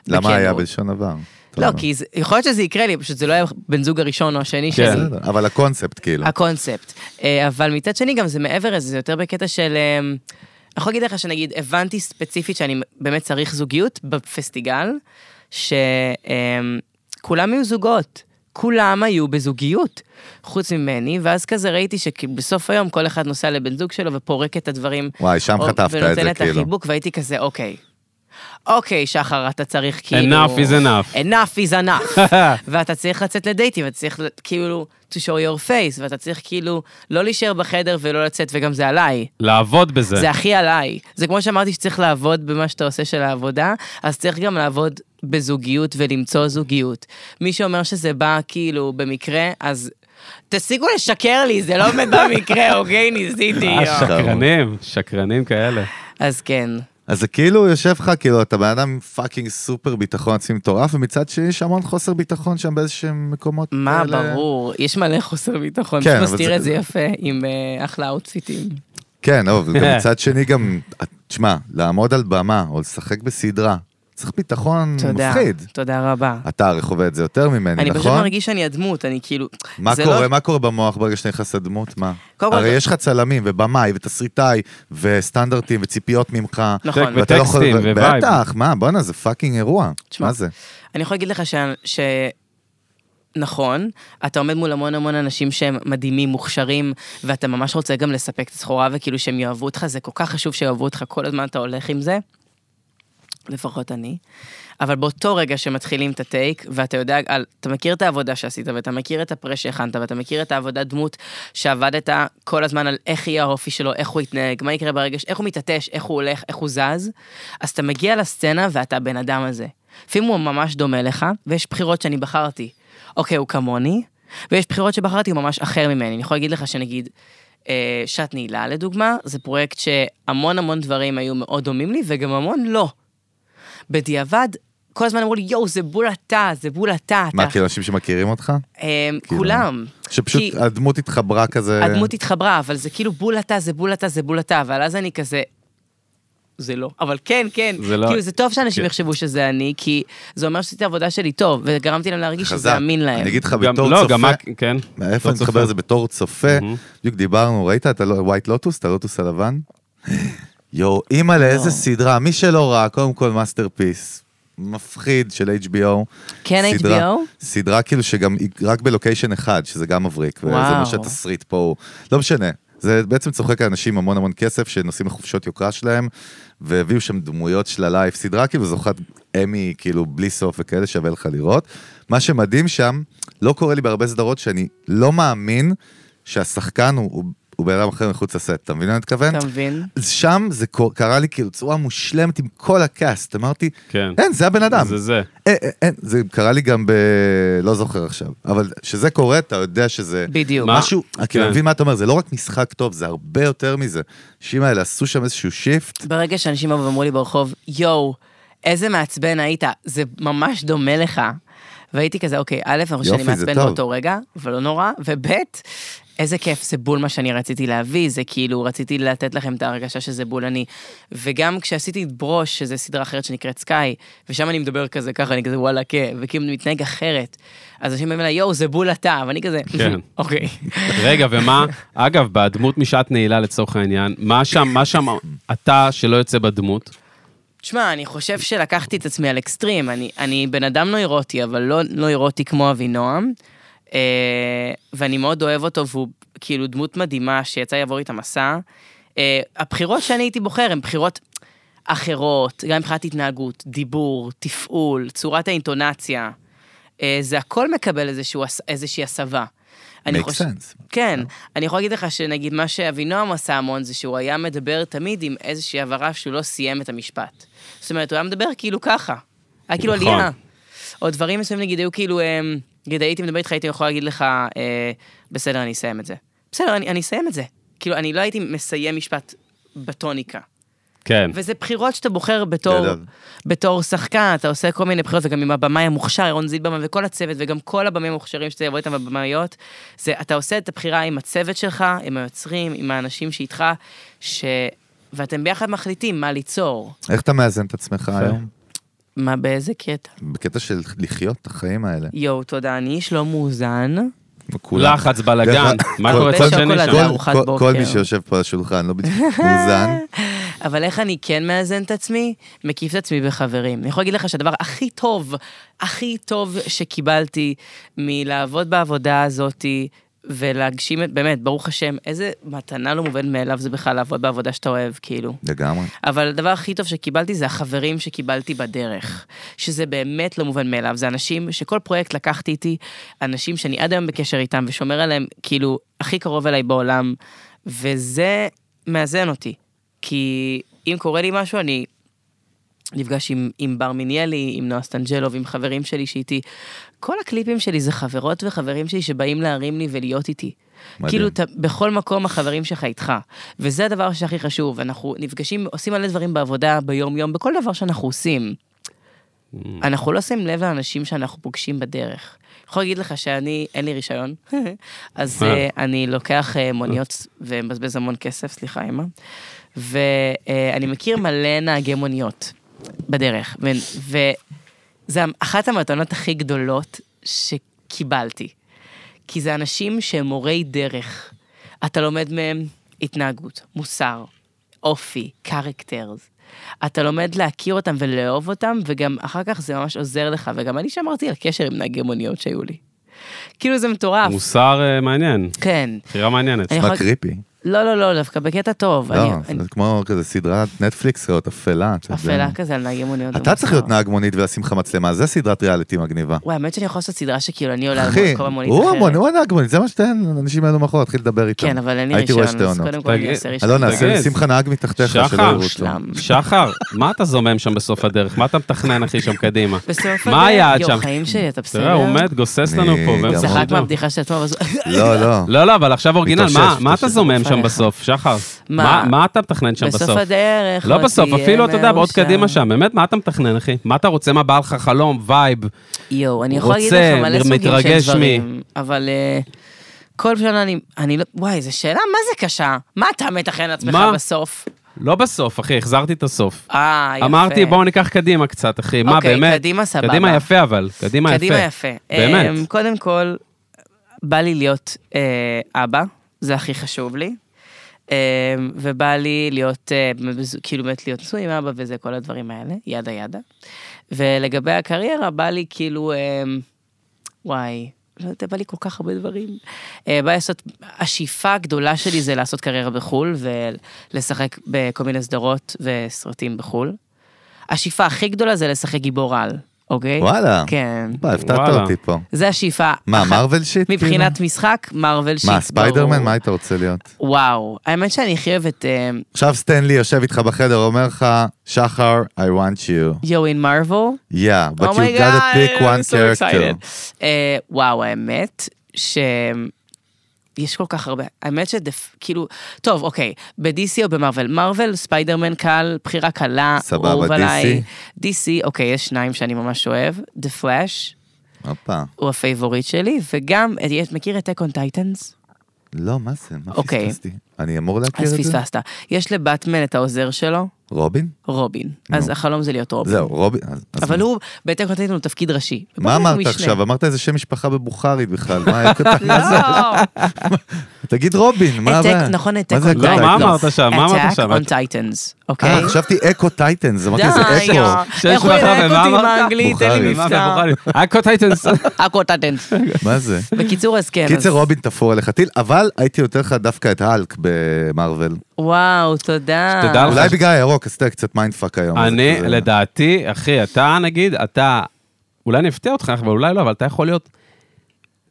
Speaker 4: למה
Speaker 1: וכן,
Speaker 4: היה
Speaker 1: הוא-
Speaker 4: בלשון עבר? אתה
Speaker 1: לא,
Speaker 4: אומר.
Speaker 1: כי זה, יכול להיות שזה יקרה לי, פשוט זה לא היה בן זוג הראשון או השני
Speaker 2: כן.
Speaker 1: שלי.
Speaker 4: בסדר, אבל הקונספט, כאילו.
Speaker 1: הקונספט. אה, אבל מצד שני, גם זה מעבר לזה, זה יותר בקטע של... אה, אני יכול להגיד לך שנגיד, הבנתי ספציפית שאני באמת צריך זוגיות בפסטיגל, שכולם היו זוגות. כולם היו בזוגיות, חוץ ממני, ואז כזה ראיתי שבסוף היום כל אחד נוסע לבן זוג שלו ופורק את הדברים.
Speaker 4: וואי, שם
Speaker 1: או-
Speaker 4: חטפת את זה,
Speaker 1: ונותן את
Speaker 4: כאילו.
Speaker 1: החיבוק, והייתי כזה, אוקיי. אוקיי, שחר, אתה צריך כאילו...
Speaker 2: Enough is enough.
Speaker 1: enough is enough. ואתה צריך לצאת לדייטים, ואתה צריך כאילו to show your face, ואתה צריך כאילו לא להישאר בחדר ולא לצאת, וגם זה עליי.
Speaker 2: לעבוד בזה.
Speaker 1: זה הכי עליי. זה כמו שאמרתי שצריך לעבוד במה שאתה עושה של העבודה, אז צריך גם לעבוד בזוגיות ולמצוא זוגיות. מי שאומר שזה בא כאילו במקרה, אז תפסיקו לשקר לי, זה לא באמת במקרה, אוקיי? ניסיתי.
Speaker 2: אה,
Speaker 1: יואו.
Speaker 2: שקרנים, שקרנים כאלה.
Speaker 4: אה,
Speaker 1: אז כן.
Speaker 4: אז זה כאילו יושב לך, כאילו, אתה בן אדם עם פאקינג סופר ביטחון עצמי מטורף, ומצד שני יש המון חוסר ביטחון שם באיזשהם מקומות.
Speaker 1: מה,
Speaker 4: כאלה.
Speaker 1: ברור, יש מלא חוסר ביטחון,
Speaker 4: כן,
Speaker 1: כן,
Speaker 4: אבל
Speaker 1: מסתיר
Speaker 4: זה-
Speaker 1: את זה יפה עם אה, אחלה אאוטפיטים.
Speaker 4: כן, אבל גם מצד שני גם, תשמע, לעמוד על במה או לשחק בסדרה, צריך ביטחון
Speaker 1: תודה,
Speaker 4: מפחיד.
Speaker 1: תודה רבה.
Speaker 4: אתה הרי חווה את זה יותר ממני,
Speaker 1: אני פשוט
Speaker 4: נכון?
Speaker 1: מרגיש שאני הדמות, אני כאילו...
Speaker 4: מה
Speaker 1: זה
Speaker 4: קורה,
Speaker 1: לא-
Speaker 4: מה קורה במוח ברגע שאתה נכנס לדמות? מה?
Speaker 1: קודם כל-
Speaker 4: הרי יש לך צלמים ובמאי ותסריטאי וסטנדרטים וציפיות ממך.
Speaker 1: נכון.
Speaker 2: טק
Speaker 4: ואתה לא יכול-
Speaker 2: וטקסטים ווייב.
Speaker 4: בטח, מה, בואנה, זה פאקינג אירוע.
Speaker 1: תשמע,
Speaker 4: מה זה?
Speaker 1: אני יכולה להגיד לך ש... ש... נכון, אתה עומד מול המון המון אנשים שהם מדהימים, מוכשרים, ואתה ממש רוצה גם לספק את הסחורה, וכאילו שהם יאהבו אותך, זה כל כך חשוב שיאהבו אותך, כל הזמן אתה הולך עם זה. לפחות אני. אבל באותו רגע שמתחילים את הטייק, ואתה יודע, על- אתה מכיר את העבודה שעשית, ואתה מכיר את הפרש שהכנת, ואתה מכיר את העבודת דמות שעבדת כל הזמן על איך יהיה האופי שלו, איך הוא יתנהג, מה יקרה ברגע, ש- איך הוא מתעטש, איך הוא הולך, איך הוא זז, אז אתה מגיע לסצנה ואתה הבן אדם הזה. לפעמים הוא ממש דומה לך, ויש בחירות שאני בחרתי. אוקיי, הוא כמוני, ויש בחירות שבחרתי, הוא ממש אחר ממני. אני יכולה להגיד לך שנגיד, אה, שעת נעילה לדוגמה, זה פרויקט שהמון המון דברים היו מאוד דומים לי, וגם המון לא. בדיעבד, כל הזמן אמרו לי, יואו, זה בול אתה, זה בול אתה,
Speaker 4: מה,
Speaker 1: אתה.
Speaker 4: כאילו אנשים שמכירים אותך?
Speaker 1: אמ,
Speaker 4: כאילו,
Speaker 1: כולם.
Speaker 4: שפשוט אה,
Speaker 1: כי-
Speaker 4: הדמות התחברה כזה...
Speaker 1: הדמות התחברה, אבל זה כאילו בול אתה, זה בול אתה, זה בול אתה, אבל אז אני כזה... זה לא. אבל כן, כן.
Speaker 2: זה לא-
Speaker 1: כאילו, זה טוב שאנשים
Speaker 2: כן.
Speaker 1: יחשבו שזה אני, כי זה אומר שעשיתי את העבודה שלי טוב, וגרמתי להם להרגיש שזה
Speaker 4: חזק.
Speaker 1: אמין להם.
Speaker 4: אני אגיד לך,
Speaker 2: גם-
Speaker 4: בתור
Speaker 2: לא,
Speaker 4: צופה...
Speaker 2: גם מה, כן.
Speaker 4: מאיפה
Speaker 2: בתור
Speaker 4: אני
Speaker 2: צופה.
Speaker 4: מתחבר לזה בתור צופה? בדיוק דיברנו, ראית את ה-white lotus, את הלוטוס הלבן? יואו, אימא
Speaker 1: לא.
Speaker 4: לאיזה סדרה, מי שלא ראה, קודם כל מאסטרפיס. מפחיד של HBO.
Speaker 1: כן,
Speaker 4: סדרה-
Speaker 1: HBO?
Speaker 4: סדרה כאילו שגם היא רק בלוקיישן אחד, שזה גם מבריק. וזה
Speaker 1: וואו.
Speaker 4: מה שהתסריט פה הוא. לא משנה. זה בעצם צוחק על אנשים המון המון כסף שנוסעים לחופשות יוקרה שלהם, והביאו שם דמויות של הלייב. סדרה כאילו זוכת אמי, כאילו בלי סוף וכאלה, שווה לך לראות. מה שמדהים שם, לא קורה לי בהרבה סדרות שאני לא מאמין שהשחקן הוא, הוא, הוא בן אדם אחר מחוץ לסט. אתה מבין מה אני מתכוון?
Speaker 1: אתה מבין?
Speaker 4: אז שם זה קור- קרה לי כאילו צורה מושלמת עם כל הקאסט, אמרתי,
Speaker 2: כן.
Speaker 4: אין, זה הבן אדם.
Speaker 2: זה זה.
Speaker 4: אין, אין, אין, זה קרה לי גם ב... לא זוכר עכשיו, אבל כשזה קורה, אתה יודע שזה...
Speaker 1: בדיוק.
Speaker 2: מה?
Speaker 4: משהו, כאילו,
Speaker 2: כן.
Speaker 4: אני מבין מה אתה אומר, זה לא רק משחק טוב, זה הרבה יותר מזה. אנשים האלה עשו שם איזשהו שיפט,
Speaker 1: ברגע שאנשים באו ואמרו לי ברחוב, יואו, איזה מעצבן היית, זה ממש דומה לך. והייתי כזה, אוקיי, א', אני חושב שאני
Speaker 4: יופי, זה
Speaker 1: מעצבן
Speaker 4: טוב.
Speaker 1: באותו רגע, אבל לא נורא, וב', איזה כיף, זה בול מה שאני רציתי להביא, זה כאילו, רציתי לתת לכם את ההרגשה שזה בול אני. וגם כשעשיתי את ברוש, שזו סדרה אחרת שנקראת סקאי, ושם אני מדבר כזה ככה, אני כזה וואלה, כן, וכאילו אני מתנהג אחרת. אז אנשים אומרים לה, יואו, זה בול אתה, ואני כזה,
Speaker 2: כן.
Speaker 1: אוקיי.
Speaker 2: רגע, ומה, אגב, בדמות משעת נעילה לצורך העניין, מה שם, מה שם אתה שלא יוצא בדמות?
Speaker 1: תשמע, אני חושב שלקחתי את עצמי על אקסטרים. אני, אני בן אדם נוירוטי, אבל לא נוירוטי כמו אבינועם. אה, ואני מאוד אוהב אותו, והוא כאילו דמות מדהימה שיצא לעבור איתה מסע. אה, הבחירות שאני הייתי בוחר הן בחירות... אחרות, גם מבחינת התנהגות, דיבור, תפעול, צורת האינטונציה, אה, זה הכל מקבל איזשהו, הס- איזושהי הסבה. אני
Speaker 4: make
Speaker 1: חושב-
Speaker 4: sense.
Speaker 1: כן, אני יכולה להגיד לך שנגיד מה שאבינועם עשה המון זה שהוא היה מדבר תמיד עם איזושהי הבהרה שהוא לא סיים את המשפט. זאת אומרת, הוא היה מדבר כאילו ככה. היה כאילו
Speaker 2: נכון.
Speaker 1: עלייה. או דברים מסוימים נגיד היו כאילו, אמ, נגיד הייתי מדבר איתך, הייתי יכולה להגיד לך, אה, בסדר, אני אסיים את זה. בסדר, אני אני אסיים את זה. כאילו, אני לא הייתי מסיים משפט בטוניקה.
Speaker 2: כן.
Speaker 1: וזה בחירות שאתה בוחר בתור,
Speaker 4: גדול.
Speaker 1: בתור שחקן, אתה עושה כל מיני בחירות, וגם עם הבמאי המוכשר, ירון זילברמן וכל הצוות, וגם כל הבמאים המוכשרים שאתה יבוא איתם והבמאיות, זה, אתה עושה את הבחירה עם הצוות שלך, עם היוצרים, עם האנשים שאיתך, ש... ואתם ביחד מחליטים מה ליצור,
Speaker 4: איך אתה מאזן את עצמך
Speaker 2: יפה.
Speaker 4: היום?
Speaker 1: מה באיזה קטע.
Speaker 4: בקטע של לחיות את החיים האלה.
Speaker 1: יואו, תודה, אני איש לא מאוזן.
Speaker 4: כולם.
Speaker 2: לחץ, בלאגן,
Speaker 4: דרך-
Speaker 2: מה
Speaker 4: כל-
Speaker 2: קורה
Speaker 1: הרבה
Speaker 2: צד שני
Speaker 1: שוקולד. על
Speaker 2: שם?
Speaker 1: ארוחת
Speaker 4: כל-
Speaker 1: בוקר.
Speaker 4: כל מי שיושב פה על השולחן לא בדיוק מאוזן.
Speaker 1: אבל איך אני כן מאזן את עצמי? מקיף את עצמי בחברים. אני יכולה להגיד לך שהדבר הכי טוב, הכי טוב שקיבלתי מלעבוד בעבודה הזאתי, ולהגשים את, באמת, ברוך השם, איזה מתנה לא מובנת מאליו זה בכלל לעבוד בעבודה שאתה אוהב, כאילו.
Speaker 4: לגמרי.
Speaker 1: אבל הדבר הכי טוב שקיבלתי זה החברים שקיבלתי בדרך, שזה באמת לא מובן מאליו, זה אנשים שכל פרויקט לקחתי איתי, אנשים שאני עד היום בקשר איתם ושומר עליהם כאילו הכי קרוב אליי בעולם, וזה מאזן אותי, כי אם קורה לי משהו אני נפגש עם, עם בר מיניאלי, עם נועה סטנג'לוב, עם חברים שלי שאיתי. כל הקליפים שלי זה חברות וחברים שלי שבאים להרים לי ולהיות איתי.
Speaker 4: מדהים.
Speaker 1: כאילו, אתה, בכל מקום החברים שלך איתך. וזה הדבר שהכי חשוב, אנחנו נפגשים, עושים מלא דברים בעבודה, ביום-יום, בכל דבר שאנחנו עושים. אנחנו לא שמים לב לאנשים שאנחנו פוגשים בדרך. אני יכולה להגיד לך שאני, אין לי רישיון, אז
Speaker 2: אה.
Speaker 1: אה, אני לוקח אה, מוניות ומבזבז המון כסף, סליחה, אמא, ואני מכיר מלא נהגי מוניות בדרך, ו- וזו אחת המתנות הכי גדולות שקיבלתי. כי זה אנשים שהם מורי דרך. אתה לומד מהם התנהגות, מוסר, אופי, קרקטרס. אתה לומד להכיר אותם ולאהוב אותם, וגם אחר כך זה ממש עוזר לך. וגם אני שמרתי על קשר עם נהגי מוניות שהיו לי. כאילו זה מטורף.
Speaker 2: מוסר אה, מעניין,
Speaker 1: כן.
Speaker 2: בחירה מעניינת.
Speaker 1: אני
Speaker 4: מה
Speaker 1: יכול-
Speaker 4: קריפי.
Speaker 1: לא, לא, לא, דווקא בקטע טוב.
Speaker 4: לא,
Speaker 1: אני- אני-
Speaker 4: זה כמו כזה סדרת נטפליקס כזאת, אפלה. את יודעת,
Speaker 1: אפלה לא.
Speaker 4: זה-
Speaker 1: כזה על נהגי מוניות. זה
Speaker 4: אתה צריך להיות
Speaker 1: מוזר.
Speaker 4: נהג מונית ולשים לך מצלמה, זה סדרת ריאליטי מגניבה.
Speaker 1: וואי, האמת שאני יכול לעשות סדרה שכאילו אני עולה על
Speaker 4: אחי,
Speaker 1: כל המונית
Speaker 4: הוא
Speaker 1: אחרת.
Speaker 4: המון, הוא הנהג מונית, זה מה שתן, אנשים האלו מאחור, תתחיל לדבר איתם.
Speaker 1: כן, אבל אין לי
Speaker 4: הייתי רואה
Speaker 1: רישיון,
Speaker 4: שתי
Speaker 1: אז
Speaker 4: עונות.
Speaker 1: קודם כל אני
Speaker 2: תגיד, לא
Speaker 1: אעשה רישיון.
Speaker 4: אלונה,
Speaker 2: תגיד.
Speaker 4: שים לך נהג מתחתיך,
Speaker 2: שחר.
Speaker 4: שלא יראו אותו.
Speaker 1: מושלם.
Speaker 2: שחר, מה אתה זומם שם בסוף הדרך? מה אתה מתכנן, אחי, שם קדימה?
Speaker 1: בסוף
Speaker 2: מה היעד
Speaker 1: יו,
Speaker 2: שם?
Speaker 1: חיים שלי, אתה בסדר?
Speaker 2: תראה, הוא עומד, גוסס
Speaker 4: אני
Speaker 2: לנו פה.
Speaker 4: גם
Speaker 2: באמצע
Speaker 1: הוא צחק
Speaker 2: השידור.
Speaker 1: מהבדיחה של עצמו, אבל זה-
Speaker 4: לא, לא.
Speaker 2: לא, לא, אבל עכשיו אורגינל,
Speaker 4: מתאושש,
Speaker 2: מה- מה אתה
Speaker 4: מתאושש.
Speaker 2: זומם שם
Speaker 1: עליך.
Speaker 2: בסוף, שחר?
Speaker 1: מה?
Speaker 2: מה מה אתה מתכנן שם בסוף?
Speaker 1: בסוף הדרך.
Speaker 2: לא בסוף,
Speaker 1: תהיה
Speaker 2: אפילו, אתה יודע, עוד
Speaker 1: מאושר.
Speaker 2: קדימה שם. באמת, מה אתה מתכנן, אחי? מה אתה רוצה, מה בא לך, חלום, וייב?
Speaker 1: יואו, אני יכולה להגיד
Speaker 2: רוצה,
Speaker 1: לך מלא סוגים של
Speaker 2: מתרגש מ-
Speaker 1: דברים, אבל אה, כל שנה אני, אני לא, וואי, זו שאלה מה זה קשה. מה אתה מתכנן לעצמך
Speaker 2: מה?
Speaker 1: בסוף?
Speaker 2: לא בסוף, אחי, החזרתי את הסוף.
Speaker 1: אה, יפה.
Speaker 2: אמרתי, בואו ניקח קדימה קצת, אחי. מה,
Speaker 1: אוקיי,
Speaker 2: באמת?
Speaker 1: קדימה סבבה.
Speaker 2: קדימה יפה, אבל. קדימה יפה.
Speaker 1: קדימה יפה.
Speaker 2: באמת.
Speaker 1: אמ, קודם כל, בא לי להיות אה, אבא, זה הכי חשוב לי. אמ, ובא לי להיות, אה, מזו- כאילו באמת להיות נשוי עם אבא וזה, כל הדברים האלה, ידה ידה. ולגבי הקריירה, בא לי כאילו, אמ, וואי, לא יודע, בא לי כל כך הרבה דברים. אה, בא לי לעשות, השאיפה הגדולה שלי זה לעשות קריירה בחו"ל ולשחק בכל מיני סדרות וסרטים בחו"ל. השאיפה הכי גדולה זה לשחק גיבור על, אוקיי?
Speaker 4: וואלה.
Speaker 1: כן.
Speaker 4: וואי, הפתעת
Speaker 2: וואלה.
Speaker 4: אותי פה.
Speaker 1: זה השאיפה.
Speaker 4: מה,
Speaker 1: אחת.
Speaker 4: מרוויל שיט?
Speaker 1: מבחינת משחק, מרוויל שיט.
Speaker 4: מה, ספיידרמן?
Speaker 1: ברור.
Speaker 4: מה היית רוצה להיות?
Speaker 1: וואו, האמת שאני הכי אוהבת אה,
Speaker 4: עכשיו סטנלי יושב איתך בחדר, אומר לך, שחר, I want you.
Speaker 1: יו אין מרוויל.
Speaker 4: Yeah, but
Speaker 1: Oh my
Speaker 4: you gotta
Speaker 1: God,
Speaker 4: pick
Speaker 1: I'm
Speaker 4: one
Speaker 1: so excited.
Speaker 4: character.
Speaker 1: אה, וואו, האמת ש... יש כל כך הרבה, האמת שדף, כאילו, טוב, אוקיי, ב-DC או במרוויל? מרוויל, ספיידרמן קל, בחירה קלה,
Speaker 4: סבבה,
Speaker 1: אהוב
Speaker 4: DC?
Speaker 1: עליי. DC, אוקיי, יש שניים שאני ממש אוהב, The Flash
Speaker 4: הופה.
Speaker 1: הוא הפייבוריט שלי, וגם, אה, יש- מכיר את אקון טייטנס?
Speaker 4: לא, מה זה? מה
Speaker 1: אוקיי.
Speaker 4: פספסתי? אני אמור להכיר
Speaker 1: אז
Speaker 4: את זה?
Speaker 1: פספסת. יש לבטמן את העוזר שלו,
Speaker 4: רובין?
Speaker 1: רובין. אז
Speaker 4: נו.
Speaker 1: החלום זה להיות רובין.
Speaker 4: זהו, רובין. אז- אז
Speaker 1: אוקיי. אבל הוא, בהתאם נותן לנו תפקיד ראשי.
Speaker 4: מה
Speaker 1: ובטח הוא לא.
Speaker 4: אמרת
Speaker 1: משנה.
Speaker 4: עכשיו? אמרת איזה שם משפחה בבוכרית בכלל, מה היה כתב?
Speaker 1: לא,
Speaker 4: תגיד רובין, מה
Speaker 1: העתק,
Speaker 4: הבעיה?
Speaker 1: נכון, העתק
Speaker 4: מה זה
Speaker 1: on
Speaker 4: Attack
Speaker 2: לא,
Speaker 1: Titan.
Speaker 2: מה
Speaker 4: Titans?
Speaker 2: אמרת שם? מה אמרת
Speaker 1: Attack
Speaker 2: שם?
Speaker 1: on Titans, אוקיי?
Speaker 4: אה, חשבתי אקו טייטנס, אמרתי זה
Speaker 1: די, אה,
Speaker 4: אקו.
Speaker 1: יא.
Speaker 2: שיש
Speaker 1: איך הוא
Speaker 2: לך
Speaker 1: יראה
Speaker 2: ומה
Speaker 1: אותי עם
Speaker 2: אמרת?
Speaker 1: האנגלית, אין לי
Speaker 4: בוכרי.
Speaker 1: מבטא.
Speaker 2: אקו טייטנס.
Speaker 1: אקו טייטנס.
Speaker 4: מה זה?
Speaker 1: בקיצור, אז כן.
Speaker 4: קיצר
Speaker 1: אז-
Speaker 4: רובין תפור עליך טיל, אבל הייתי נותן לך דווקא את האלק במרוויל.
Speaker 1: וואו, תודה.
Speaker 2: שתדע אה, לך.
Speaker 4: אולי בגלל הירוק, עשית קצת מיינדפאק היום. אז
Speaker 2: אני,
Speaker 4: כזה-
Speaker 2: לדעתי, אחי, אתה נגיד, אתה, אולי אני אפתיע אותך, אבל אולי לא, אבל אתה יכול להיות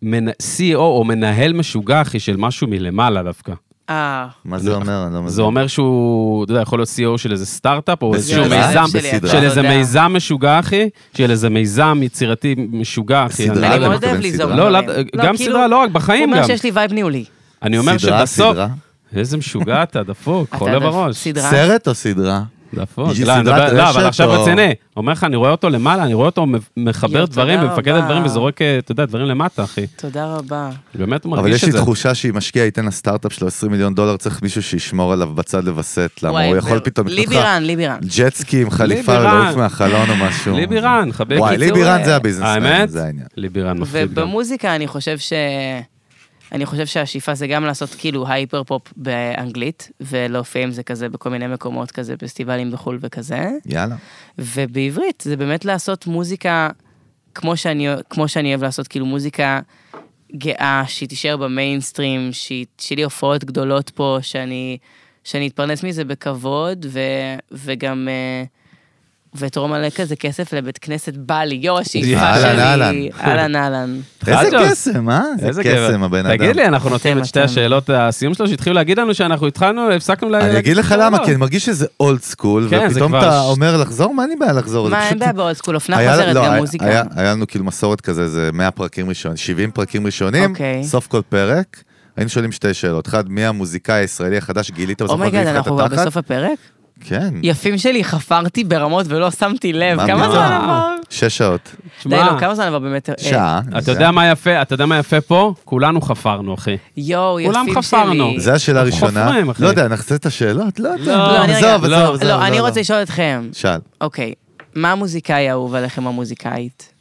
Speaker 2: מנ- CEO או מנהל משוגע, אחי, של משהו מלמעלה דווקא.
Speaker 1: אה,
Speaker 4: מה זה אומר? אני לא
Speaker 2: זה
Speaker 4: מבין.
Speaker 2: אומר שהוא, אתה יודע, יכול להיות CEO של איזה סטארט-אפ, או
Speaker 4: בסדרה?
Speaker 2: איזשהו מיזם,
Speaker 1: זה הלב שלי, אתה
Speaker 2: של איזה
Speaker 1: יודע.
Speaker 2: מיזם משוגע, אחי, של איזה מיזם יצירתי משוגע, אחי.
Speaker 4: בסדרה?
Speaker 2: אני לא
Speaker 1: אני
Speaker 2: יודע.
Speaker 1: מאוד אוהב
Speaker 4: מתכוון
Speaker 1: ליזום.
Speaker 4: סדרה.
Speaker 2: לא,
Speaker 1: דברים.
Speaker 2: לאו- גם
Speaker 1: כאילו,
Speaker 2: סדרה, לא רק, בחיים
Speaker 1: הוא
Speaker 2: גם.
Speaker 1: אומר שיש לי וייב ניהולי.
Speaker 2: אני אומר
Speaker 4: סדרה,
Speaker 2: שבסוף...
Speaker 4: סדרה?
Speaker 2: איזה משוגע אתה, דפוק,
Speaker 1: אתה
Speaker 2: חולה
Speaker 1: יודע,
Speaker 2: בראש.
Speaker 1: סדרה.
Speaker 4: סרט או סדרה?
Speaker 2: דפוק.
Speaker 4: היא
Speaker 2: לא, אני
Speaker 4: סדרת
Speaker 2: מדבר- לא, אבל
Speaker 4: רשת
Speaker 2: עכשיו
Speaker 4: או-
Speaker 2: רציני. אומר לך, אני רואה אותו למעלה, אני רואה אותו מ- מחבר
Speaker 1: יואו,
Speaker 2: דברים
Speaker 1: תודה
Speaker 2: ומפקד
Speaker 1: רבה.
Speaker 2: על דברים וזורק, אה, אתה יודע, דברים למטה, אחי.
Speaker 1: תודה רבה.
Speaker 2: באמת הוא
Speaker 4: אבל
Speaker 2: מרגיש
Speaker 4: יש
Speaker 2: את
Speaker 4: לי
Speaker 2: זה.
Speaker 4: תחושה שאם משקיע ייתן לסטארט-אפ שלו 20 מיליון דולר, צריך מישהו שישמור עליו בצד לווסת, למה
Speaker 1: וואי,
Speaker 4: הוא יכול
Speaker 1: ו-
Speaker 4: פתאום... לקנות לך
Speaker 1: ליבירן, ליבירן.
Speaker 4: ג'טסקי עם חליפה
Speaker 2: ליבירן.
Speaker 4: ולעוף מהחלון או משהו.
Speaker 2: ליבירן, חבקי.
Speaker 4: וואי,
Speaker 1: בקיצור,
Speaker 4: ליבירן
Speaker 1: אה,
Speaker 4: זה הביזנס.
Speaker 2: האמת?
Speaker 4: זה העניין.
Speaker 2: ליבירן מפחיד גם.
Speaker 1: ובמוזיקה אני חושב ש... אני חושב שהשאיפה זה גם לעשות כאילו הייפר פופ באנגלית, ולהופיע עם זה כזה בכל מיני מקומות כזה, פסטיבלים בחו"ל וכזה.
Speaker 4: יאללה.
Speaker 1: ובעברית זה באמת לעשות מוזיקה כמו שאני, כמו שאני אוהב לעשות, כאילו מוזיקה גאה, שהיא תישאר במיינסטרים, שהיא- שיהיו לי הופעות גדולות פה, שאני, שאני אתפרנס מזה בכבוד, ו, וגם... אה, ואתרום מלא כזה כסף לבית כנסת, בא לי, יו"ר השאיפה
Speaker 4: אהלן,
Speaker 1: שלי.
Speaker 4: אהלן.
Speaker 1: אהלן, אהלן.
Speaker 4: איזה
Speaker 2: חג'וס.
Speaker 4: קסם, אה? איזה
Speaker 2: גבר.
Speaker 4: קסם הבן אדם.
Speaker 2: תגיד לי, אנחנו נותנים
Speaker 1: אתם,
Speaker 2: את שתי
Speaker 1: אתם.
Speaker 2: השאלות הסיום שלו, שהתחילו להגיד לנו שאנחנו התחלנו, הפסקנו לה...
Speaker 4: אני אגיד לך
Speaker 2: לא,
Speaker 4: למה,
Speaker 2: לא.
Speaker 4: כי אני מרגיש שזה אולד סקול,
Speaker 2: כן, זה
Speaker 4: ופתאום
Speaker 2: כבר
Speaker 4: אתה
Speaker 2: ש-
Speaker 4: אומר לחזור, מה אין לי בעיה לחזור? זה
Speaker 1: מה, אין
Speaker 4: פשוט-
Speaker 1: בעיה בעוד סקול, אופנה
Speaker 4: היה-
Speaker 1: חוזרת,
Speaker 4: לא,
Speaker 1: גם
Speaker 4: היה-
Speaker 1: מוזיקה.
Speaker 4: היה היה לנו כאילו מסורת כזה, איזה 100 פרקים ראשונים, 70 פרקים ראשונים,
Speaker 1: אוקיי.
Speaker 4: סוף כל פרק, היינו שואלים שתי שאלות. אחד, מי המוזיקאי הישראלי החדש גיליתם בסוף
Speaker 1: אומייגד,
Speaker 4: מגניב לך את
Speaker 1: Oh אנחנו כבר
Speaker 4: התחת?
Speaker 1: בסוף הפרק?
Speaker 4: כן,
Speaker 1: יפים שלי, חפרתי ברמות ולא שמתי לב.
Speaker 4: מה
Speaker 1: כמה
Speaker 4: פתאום?
Speaker 1: זמן עבר?
Speaker 4: שש שעות.
Speaker 1: די,
Speaker 2: שמע,
Speaker 1: לא, כמה זמן עבר באמת? אה,
Speaker 4: שעה.
Speaker 2: אתה
Speaker 4: זה-
Speaker 2: יודע מה יפה, אתה יודע מה יפה פה? כולנו חפרנו, אחי.
Speaker 1: יואו, יפים
Speaker 2: כולם
Speaker 1: שלי.
Speaker 2: חפרנו.
Speaker 4: זה השאלה
Speaker 2: אנחנו
Speaker 4: הראשונה.
Speaker 2: חופרים, אחי.
Speaker 4: לא יודע, נחזיר את השאלות? לא יודע.
Speaker 2: לא,
Speaker 1: לא, אני רגע,
Speaker 4: עזוב, עזוב,
Speaker 1: לא,
Speaker 4: עזוב,
Speaker 1: לא,
Speaker 4: עזוב,
Speaker 1: אני
Speaker 4: עזוב.
Speaker 1: רוצה לשאול אתכם,
Speaker 4: שאל.
Speaker 1: אוקיי, מה המוזיקאי האהוב עליכם המוזיקאית?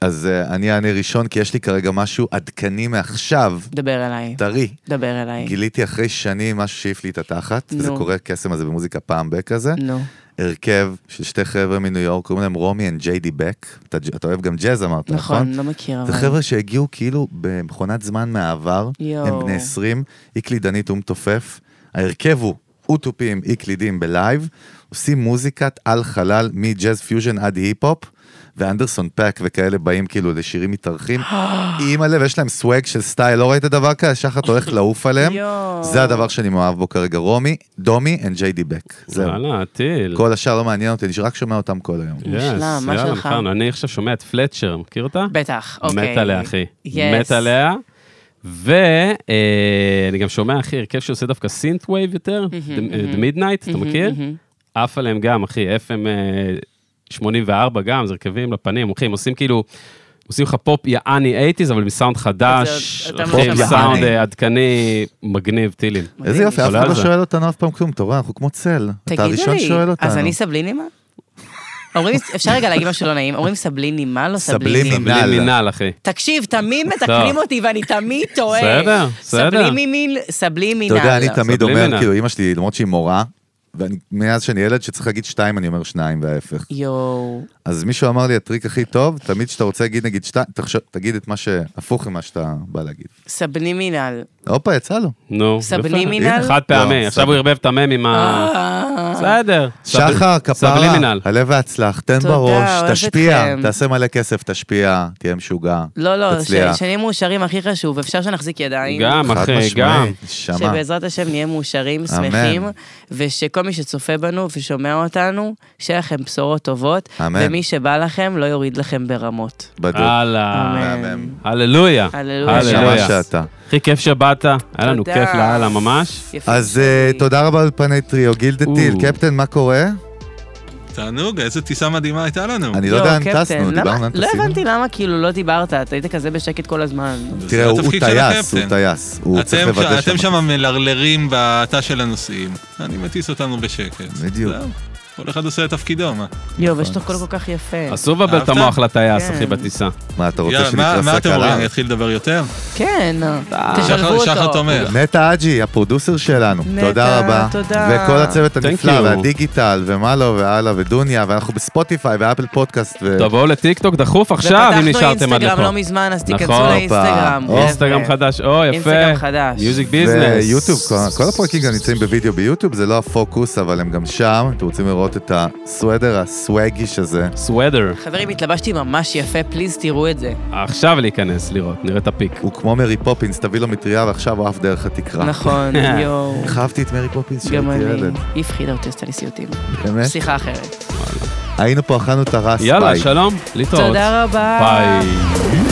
Speaker 4: אז אה, אני אענה ראשון, כי יש לי כרגע משהו עדכני מעכשיו,
Speaker 1: דבר אליי,
Speaker 4: טרי.
Speaker 1: דבר אליי.
Speaker 4: גיליתי אחרי שנים משהו שהעיף לי את התחת, וזה
Speaker 1: כן. נו.
Speaker 4: קורה קסם הזה במוזיקה פעם בכזה.
Speaker 1: נו.
Speaker 4: הרכב של שתי חבר'ה מניו יורק, קוראים להם רומי אנד ג'יי די בק. אתה אתה אוהב גם ג'אז אמרת,
Speaker 1: נכון,
Speaker 4: נכון?
Speaker 1: לא מכיר,
Speaker 4: זה
Speaker 1: אבל...
Speaker 4: חבר'ה שהגיעו כאילו במכונת זמן מהעבר,
Speaker 1: יואו.
Speaker 4: הם בני 20, אי קלידנית אום תופף. ההרכב הוא אוטופים, אי קלידים בלייב, עושים מוזיקת על חלל מג'אז פיוז'ן עד היפ-הופ, ואנדרסון פאק וכאלה באים כאילו לשירים מתארחים. אימא'לה, ויש להם סוואג של סטייל, לא ראית דבר כזה? שחת הולך לעוף עליהם.
Speaker 1: יואו.
Speaker 4: זה הדבר שאני מאוהב בו כרגע, רומי, דומי אנד ג'יי די בק. זהו.
Speaker 2: יאללה, טיל.
Speaker 4: כל השאר לא מעניין אותי, אני רק שומע אותם כל היום.
Speaker 2: יס,
Speaker 1: מושלם, מה
Speaker 2: יאללה,
Speaker 1: שלך?
Speaker 2: נכון. אני עכשיו שומע את פלצ'ר, מכיר אותה?
Speaker 1: בטח, אוקיי.
Speaker 2: מת עליה, אחי.
Speaker 1: Yes.
Speaker 2: מת עליה. ואני גם שומע, אחי, הרכב שעושה דווקא סינט וייב יותר,
Speaker 1: Mm-hmm,
Speaker 2: אה, The Midnight, אתה מכיר?
Speaker 1: מהמם.
Speaker 2: עף עליהם גם, אחי, FM אה, 84 גם, זה הרכבים לפנים, אחי, הם עושים כאילו, עושים לך פופ יעני 80's, אבל מסאונד חדש,
Speaker 1: אז אתה
Speaker 2: אחי, עם
Speaker 4: משמע.
Speaker 2: סאונד
Speaker 4: יעני.
Speaker 2: אה, עדכני, מגניב, טילים.
Speaker 4: איזה יופי, אף
Speaker 2: עולה
Speaker 4: אחד
Speaker 2: על
Speaker 4: לא
Speaker 2: זה.
Speaker 4: שואל אותנו אף פעם כלום, אתה רואה, אנחנו כמו צל. אתה
Speaker 1: תגידו
Speaker 4: הראשון
Speaker 1: לי,
Speaker 4: שואל אותנו.
Speaker 1: אז אני סבלינימה? אומרים, אפשר רגע להגיד משהו לא נעים, אומרים סבלינימה, לא
Speaker 4: סבלינימה.
Speaker 1: סבלינימה.
Speaker 2: בלי
Speaker 4: יאללה.
Speaker 2: מינהל, אחי.
Speaker 1: תקשיב, תמיד מתקנים
Speaker 2: טוב.
Speaker 1: אותי ואני תמיד טועה.
Speaker 2: בסדר, בסדר.
Speaker 1: סבלימינל,
Speaker 4: אתה
Speaker 1: סבלימינל.
Speaker 4: יודע, אני תמיד אומר,
Speaker 2: סבלימינל.
Speaker 4: כאילו, אמא שלי, למרות שהיא מורה, ומאז שאני ילד שצריך להגיד שתיים, אני אומר שניים וההפך.
Speaker 1: יואו.
Speaker 4: אז מישהו אמר לי, הטריק הכי טוב, תמיד כשאתה רוצה להגיד נגיד שתיים, תחשוב- תגיד את מה שהפוך ממה שאתה בא להגיד.
Speaker 1: סבלימינל.
Speaker 4: הופה, יצא לו.
Speaker 2: נו.
Speaker 1: סבלימינל?
Speaker 2: יפה. חד פעמי, עכשיו
Speaker 4: לא,
Speaker 2: הוא
Speaker 4: סבלימינל.
Speaker 2: ערבב את המם עם
Speaker 1: אה.
Speaker 2: ה... בסדר. סבל-
Speaker 4: שחר, כפרה,
Speaker 2: סבלימינל.
Speaker 4: עלה והצלח, תן
Speaker 1: תודה,
Speaker 4: בראש,
Speaker 1: אוהבת
Speaker 4: תשפיע,
Speaker 1: אתכם.
Speaker 4: תעשה מלא כסף, תשפיע, תהיה משוגע,
Speaker 1: לא, לא, ש-
Speaker 4: תצליח.
Speaker 1: שנהיה מאושרים הכי חשוב, אפשר שנחזיק ידיים.
Speaker 2: גם,
Speaker 4: חד
Speaker 2: אחי, גם.
Speaker 4: משמעית, נשמה.
Speaker 1: שבעזרת השם נהיה מאושרים,
Speaker 4: אמן.
Speaker 1: שמחים, ושכל מי שצופה בנו ושומע אותנו, שיהיה לכם בשורות טובות,
Speaker 4: אמן.
Speaker 1: ומי שבא לכם לא יוריד לכם ברמות.
Speaker 4: בדיוק.
Speaker 2: הלאה.
Speaker 1: אמן.
Speaker 2: הללויה.
Speaker 1: אה, הללויה.
Speaker 4: נשמה שאתה.
Speaker 2: הכי כיף שבאת, היה לנו
Speaker 1: תודה.
Speaker 2: כיף לאללה ממש.
Speaker 1: יפה
Speaker 4: אז
Speaker 1: שלי.
Speaker 4: אה, תודה רבה לאולפני טריו, גילדה
Speaker 2: או.
Speaker 4: טיל, קפטן, מה קורה?
Speaker 3: תענוג, איזו טיסה מדהימה הייתה לנו.
Speaker 4: אני לא יודע,
Speaker 1: יואו,
Speaker 4: אם
Speaker 1: קפטן, למה-
Speaker 4: טסנו, דיברנו על
Speaker 1: לא
Speaker 4: טסים.
Speaker 1: הבנתי למה כאילו לא דיברת, אתה היית כזה בשקט כל הזמן.
Speaker 3: זה לא
Speaker 4: תראה, הוא הוא
Speaker 3: התפקיד של
Speaker 4: טייס,
Speaker 3: הקפטן.
Speaker 4: הוא טייס, הוא צריך
Speaker 3: אתם
Speaker 4: לוודא
Speaker 3: ש- אתם שם מלרלרים בתא של הנוסעים, אני מטיס אותנו בשקט.
Speaker 4: בדיוק.
Speaker 3: זהו. כל אחד עושה את תפקידו, מה?
Speaker 1: יואו,
Speaker 4: נכון.
Speaker 1: יש לך קול כל כך יפה.
Speaker 2: אסור לבלבל את
Speaker 3: אהבת?
Speaker 2: המוח לטייס,
Speaker 1: כן.
Speaker 2: אחי, בטיסה.
Speaker 4: מה, אתה רוצה
Speaker 3: יאללה, מה- מה
Speaker 4: שנתרסק
Speaker 3: אתם אומרים, אני
Speaker 4: עליו?
Speaker 3: אתחיל לדבר יותר?
Speaker 1: כן,
Speaker 3: שחר-
Speaker 1: תשלבו אותו.
Speaker 3: אה, שחר תומך.
Speaker 4: נטע אג'י, הפרודוסר שלנו,
Speaker 1: נטע,
Speaker 4: תודה רבה.
Speaker 1: תודה.
Speaker 4: וכל הצוות
Speaker 2: Thank
Speaker 4: הנפלא,
Speaker 2: you.
Speaker 4: והדיגיטל, ומה לא, והלאה, ודוניה, ואנחנו בספוטיפיי, ואפל פודקאסט, ו...
Speaker 2: תבואו לטיקטוק דחוף עכשיו, אם
Speaker 1: ופתחנו
Speaker 2: נשארתם עד
Speaker 1: אינסטגרם
Speaker 2: לפה.
Speaker 1: לא מזמן, אז תיכנסו
Speaker 2: נכון.
Speaker 1: לאינסטגרם.
Speaker 4: הופה.
Speaker 2: אינסטגרם
Speaker 1: חבר'ה.
Speaker 2: חדש, או יפה.
Speaker 1: אינסטגרם חדש.
Speaker 2: מיוזיק ביזנס.
Speaker 4: ויוטיוב, כל- כל הפרקים גם נמצאים בווידאו ביוטיוב, זה לא הפוקוס, אבל הם גם שם, אם אתם רוצים לראות את הסוודר הסוואגיש הזה.
Speaker 2: סוודר.
Speaker 1: חברים, התלבשתי ממש יפה, פליז תראו את זה.
Speaker 2: עכשיו להיכנס, לראות, נראה את הפיק.
Speaker 4: הוא כמו מרי פופינס, תביא לו מטריה ועכשיו הוא עף דרך התקרה.
Speaker 1: נכון,
Speaker 2: אה.
Speaker 1: יואו.
Speaker 4: איך אהבתי את מרי פופינס
Speaker 1: גם
Speaker 4: כשהייתי
Speaker 1: אני.
Speaker 4: אה. ילד, אה?
Speaker 1: היא הפחידה אותי, עשתה לי סיוטים.
Speaker 4: באמת?
Speaker 1: שיחה אחרת.
Speaker 4: היינו פה, אכלנו את הרס,
Speaker 2: יאללה,
Speaker 4: ביי.
Speaker 2: שלום, להתראות.
Speaker 1: תודה רבה.
Speaker 2: ביי.